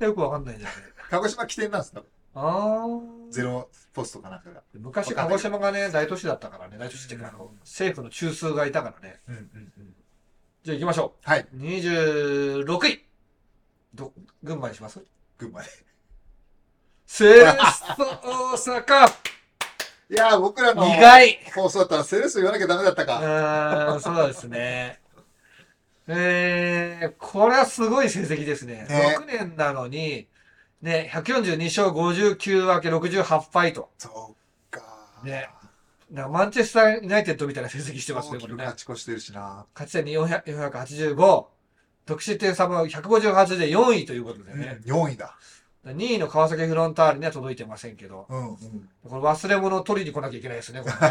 B: よくわかんないん [laughs] じゃない
A: 鹿児島起点なんです多分
B: あ
A: ゼ
B: ー。
A: ロポストかなんかが。
B: 昔、
A: わかん
B: 鹿
A: ない
B: 児島がね、大都市だったからね、大都市っていうか、あの、政府の中枢がいたからね。
A: うんうんうん。
B: じゃあ行きましょ
A: はい。
B: う。26位。ど、群馬にし [laughs] ます
A: 群馬で。
B: セレスト大阪
A: いやー、僕らの
B: 意外
A: 放送だったらセレス言わなきゃダメだったか。
B: あーそうですね。えー、これはすごい成績ですね。
A: ね
B: 6年なのに、ね、142勝59分け68敗と。
A: そうか。
B: ねなマンチェスター・ユナイテッドみたいな成績してますね、
A: 大
B: こ
A: き
B: れ
A: く
B: ね。
A: 勝ち越してるしな。
B: 勝ち点400 485。得失点差も158で4位ということでね。
A: 4位だ。
B: 2位の川崎フロンターレには届いてませんけど。
A: うんう
B: [laughs]
A: ん。
B: これ忘れ物を取りに来なきゃいけないですね、こ
A: [laughs]
B: れね。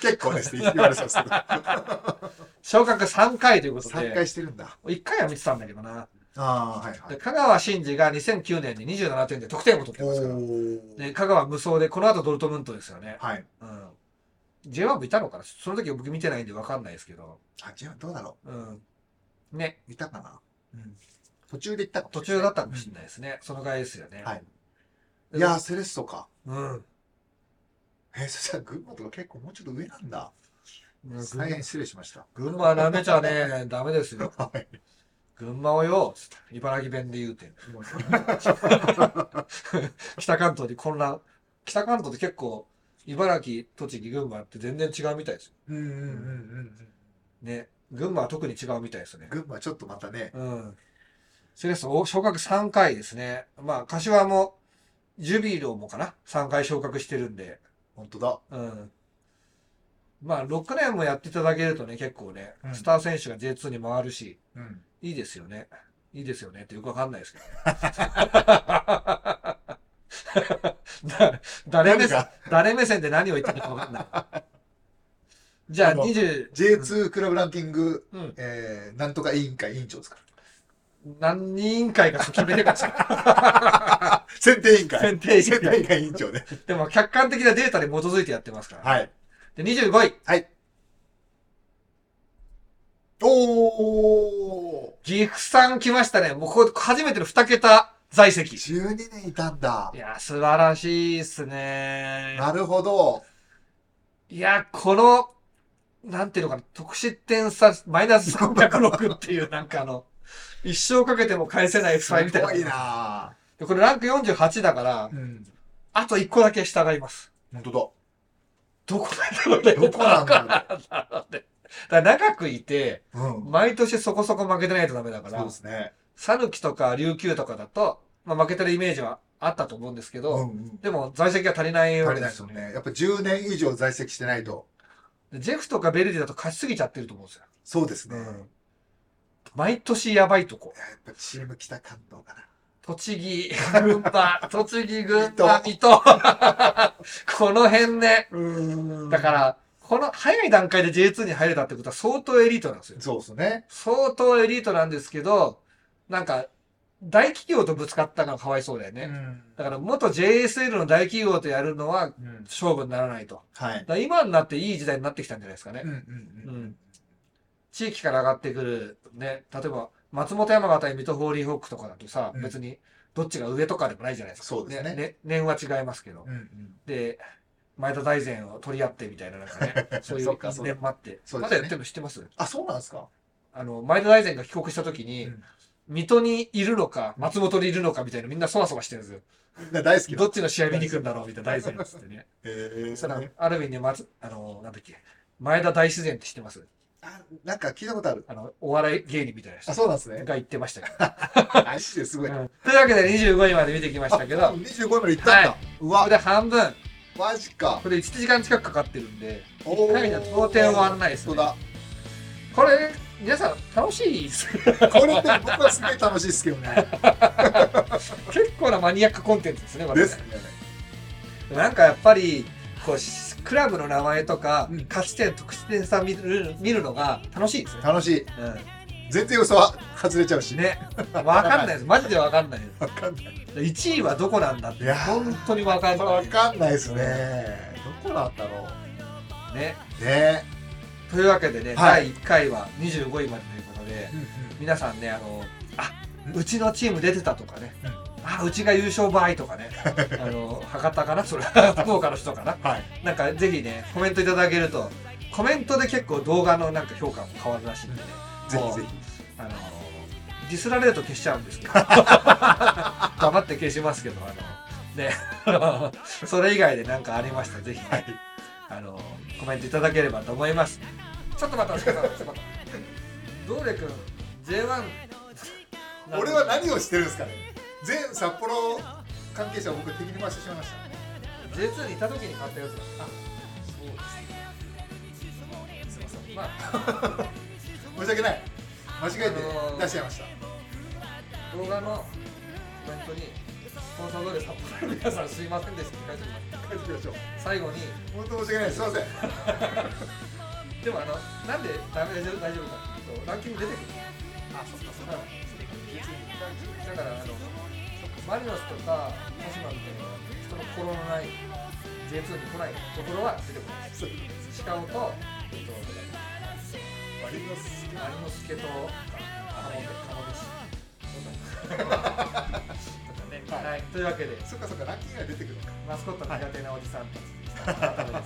A: 結構ですね、言われそうですけど。
B: 昇格3回ということ
A: 3
B: で。
A: 回してるんだ。
B: 1回は見てたんだけどな。
A: ああ、はいは
B: で
A: い。
B: 香川真司が2009年に27点で得点を取ってますから。
A: おー
B: で、香川無双で、この後ドルトムントですよね。
A: はい。
B: うん。J1 部いたのかなその時僕見てないんでわかんないですけど。
A: あ、じゃあどうだろ
B: うん。ね、
A: う。いたかな。
B: うん
A: 途中で行ったかも
B: 途
A: しれ
B: 中
A: な
B: だ
A: い
B: ったかもしれないですね。そのぐらいですよね。
A: はい。
B: で
A: いやー、セレッソか。
B: うん。
A: えー、そしたら群馬とか結構もうちょっと上なんだ。
B: うん
A: 大変失礼しました。
B: 群馬は舐めち
A: [laughs]
B: ゃね、ダメですよ。
A: はい。
B: 群馬をよ、つって茨城弁で言うて。北関東に混乱。北関東って結構、茨城、栃木、群馬って全然違うみたいですよ。
A: うんうんうんうん。
B: ね。群馬は特に違うみたいですね。
A: 群馬ちょっとまたね、
B: うん。セレッソ、お昇格3回ですね。まあ、柏も、ジュビロもかな ?3 回昇格してるんで。
A: 本当だ。
B: うん。まあ、6年もやっていただけるとね、結構ね
A: う、ん
B: スター選手が J2 に回るし、
A: うん。
B: いいですよね。いいですよねってよくわかんないですけどね。
A: [laughs]
B: だ誰目
A: 何
B: 線
A: が、
B: 誰目線で何を言ってるかわかんない。じゃあ、
A: あの
B: 20、
A: J2 クラブランキング、
B: うん、
A: えー、なんとか委員会委員長ですから。
B: 何人委員会か決めてくだ
A: [laughs]
B: さい。
A: 選定委員会。
B: 選定委員
A: 選
B: 会
A: 定委員会委員長ね。
B: でも客観的なデータに基づいてやってますから。
A: はい。
B: で、25位、
A: はい。おー
B: 岐阜さん来ましたね。もうこう初めての2桁在籍。い
A: !12 年いたんだ。
B: や、素晴らしいっすね。
A: なるほど。
B: いや、この、なんていうのかな、得失点差、マイナス306っていう、なんかあの、一生かけても返せない負
A: す
B: 債みたいな。
A: ごいな
B: でこれランク48だから
A: ぁ。、うん。
B: あと1個だけ下がいます。
A: 本当
B: どこなん
A: だ。
B: だろうね。
A: どこなんだろ
B: だろうね。だから長くいて、
A: う。うん。
B: 毎年そこそこ負けてないとダメだか
A: そう
B: ら
A: で、すね。
B: さぬきとか琉球とかだと、まあ、負けてるイメージはあったと思うんですけ
A: う
B: ど、
A: んうん。
B: でも在籍が足りない
A: 足
B: わ
A: り
B: け
A: ないです
B: です
A: も
B: よ
A: ん
B: ね。
A: ね。やっぱ10年以上在籍してないと。
B: でジェフとかベルディだと勝ちすぎちゃってると思うんですよ。
A: そうですね。
B: 毎年やばいとこ。
A: やっぱチーム北関東かな。
B: 栃木、群
A: [laughs]
B: 馬、栃木、群馬、
A: 水
B: 水戸。 [laughs] この辺ね。
A: うん
B: だから、この早い段階で J2 に入れたってことは相当エリートなんですよ。
A: そうですね。
B: 相当エリートなんですけど、なんか、大企業とぶつかったのがかわいそうだよね。
A: ん
B: だから、元 JSL の大企業とやるのは
A: うん
B: 勝負にならないと。
A: はい
B: だ。から今になっていい時代になってきたんじゃないですかね。
A: ん
B: う
A: うん
B: ん。地域から上がってくる、ね、例えば、松本山形や水戸ホーリーホックとかだとさ、
A: うん
B: 別に、どっちが上とかでもないじゃないですか。
A: そうですね
B: 年は違いますけど。
A: うんうん。
B: で、前田大然を取り合ってみたいな、なんかね、
A: [laughs]
B: そういう
A: そっかそう
B: 年もあって。
A: そうで
B: ます
A: ね
B: だやってるの知ってます
A: あ、そうなんですか
B: あの、前田大然が帰国した時に、
A: うん
B: 水戸にいるのか、松本にいるのかみたいな、みんなそわそわしてるんですよ。
A: みんな大好き
B: ど
A: な
B: っ。ちの試合見に来るんだろうみたいな、大然っつってね。
A: えー
B: そしたら、ある意味ね、松、あの、なんだっけ、前田大自然って知ってます
A: あなんか聞いたことある。
B: あの、お笑い芸人みたいな人
A: あ、そうなんですね。
B: が言ってましたけど。
A: 足ですごい。
B: うんというわけで25位まで見てきましたけど、こ
A: 25まで行ったんだ
B: は。
A: う
B: こ
A: わ、
B: で半分、
A: マジか。
B: これ1時間近くかかってるんで、
A: お
B: 一回じゃ到底終わらないですね
A: 本当だ。
B: これ、皆さん楽しいです。
A: [laughs] これって僕はすげえ楽しいですけどね。
B: 結構なマニアックコンテンツですね、これ
A: で
B: ね
A: すね。
B: なんかやっぱり、こうし、クラブの名前とか
A: うん、
B: 勝ち点、得失点差見る見るのが楽しいですね。
A: 楽しい。全然予想は外れちゃうし
B: うん。。ね。わかんないです。マジでわかんないで
A: わかんない。
B: す。1位はどこなんだって、
A: いやー
B: 本当にわかんな
A: わ
B: い。
A: かんないですね。どこなんだろ
B: ね。
A: う。ね
B: というわけでね、
A: はい
B: 第1回は25位までということで、皆さんねあのあ
A: うん
B: うちのチーム出てたとかね、
A: うん
B: あうちが優勝場合と
A: [laughs]
B: かねあの博多かなそれ [laughs] は福岡の人かな
A: はい。
B: なんかぜひねコメントいただけるとコメントで結構動画のなんか評価も変わるらしいんでね、
A: ぜ
B: も
A: ひ
B: う
A: ぜひ。
B: あのディスられると消しちゃうんで
A: [laughs]
B: すけど黙って消しますけどあのね [laughs] それ以外で何かありましたらぜひ、ね
A: はい
B: あのコメントいただければと思いますちょっと待ってお疲れ様ですちょ [laughs] っと待ってどうれくん J1
A: [laughs] 俺は何をしてるんですかね全札幌関係者を僕敵に回してしまいました
B: J2 にいた時に買ったやつだあそうですすいませんまあ
A: 申し訳ない間違え
B: あのー
A: て出しちゃいました、
B: 動画のコメントにスポンサードで札幌の皆さんすいませんでしたって書いておき
A: 帰ってきましょ
B: ま
A: う
B: す最後に
A: 本当申し訳ないすいません
B: でもあのなんでダメ大丈夫大丈夫かっていうとランキング出てくる
A: あそっかそ
B: うんだからあのマリノスとか鹿島みたいな人の心のない J2 に来ないところは出てこない
A: そう
B: シカゴと、えっと、
A: マリノス
B: マリノスケとカモメカモメシとかね、
A: はい
B: はい、というわけで
A: そっかそっかランキングが出てくるのか
B: マスコット苦手なおじさんたちでした改めてそうだな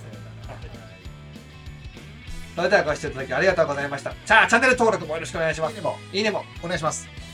B: それではご視聴いただきありがとうございましたじゃあチャンネル登録もよろしくお願いします
A: 次にも
B: いいねも
A: お願いします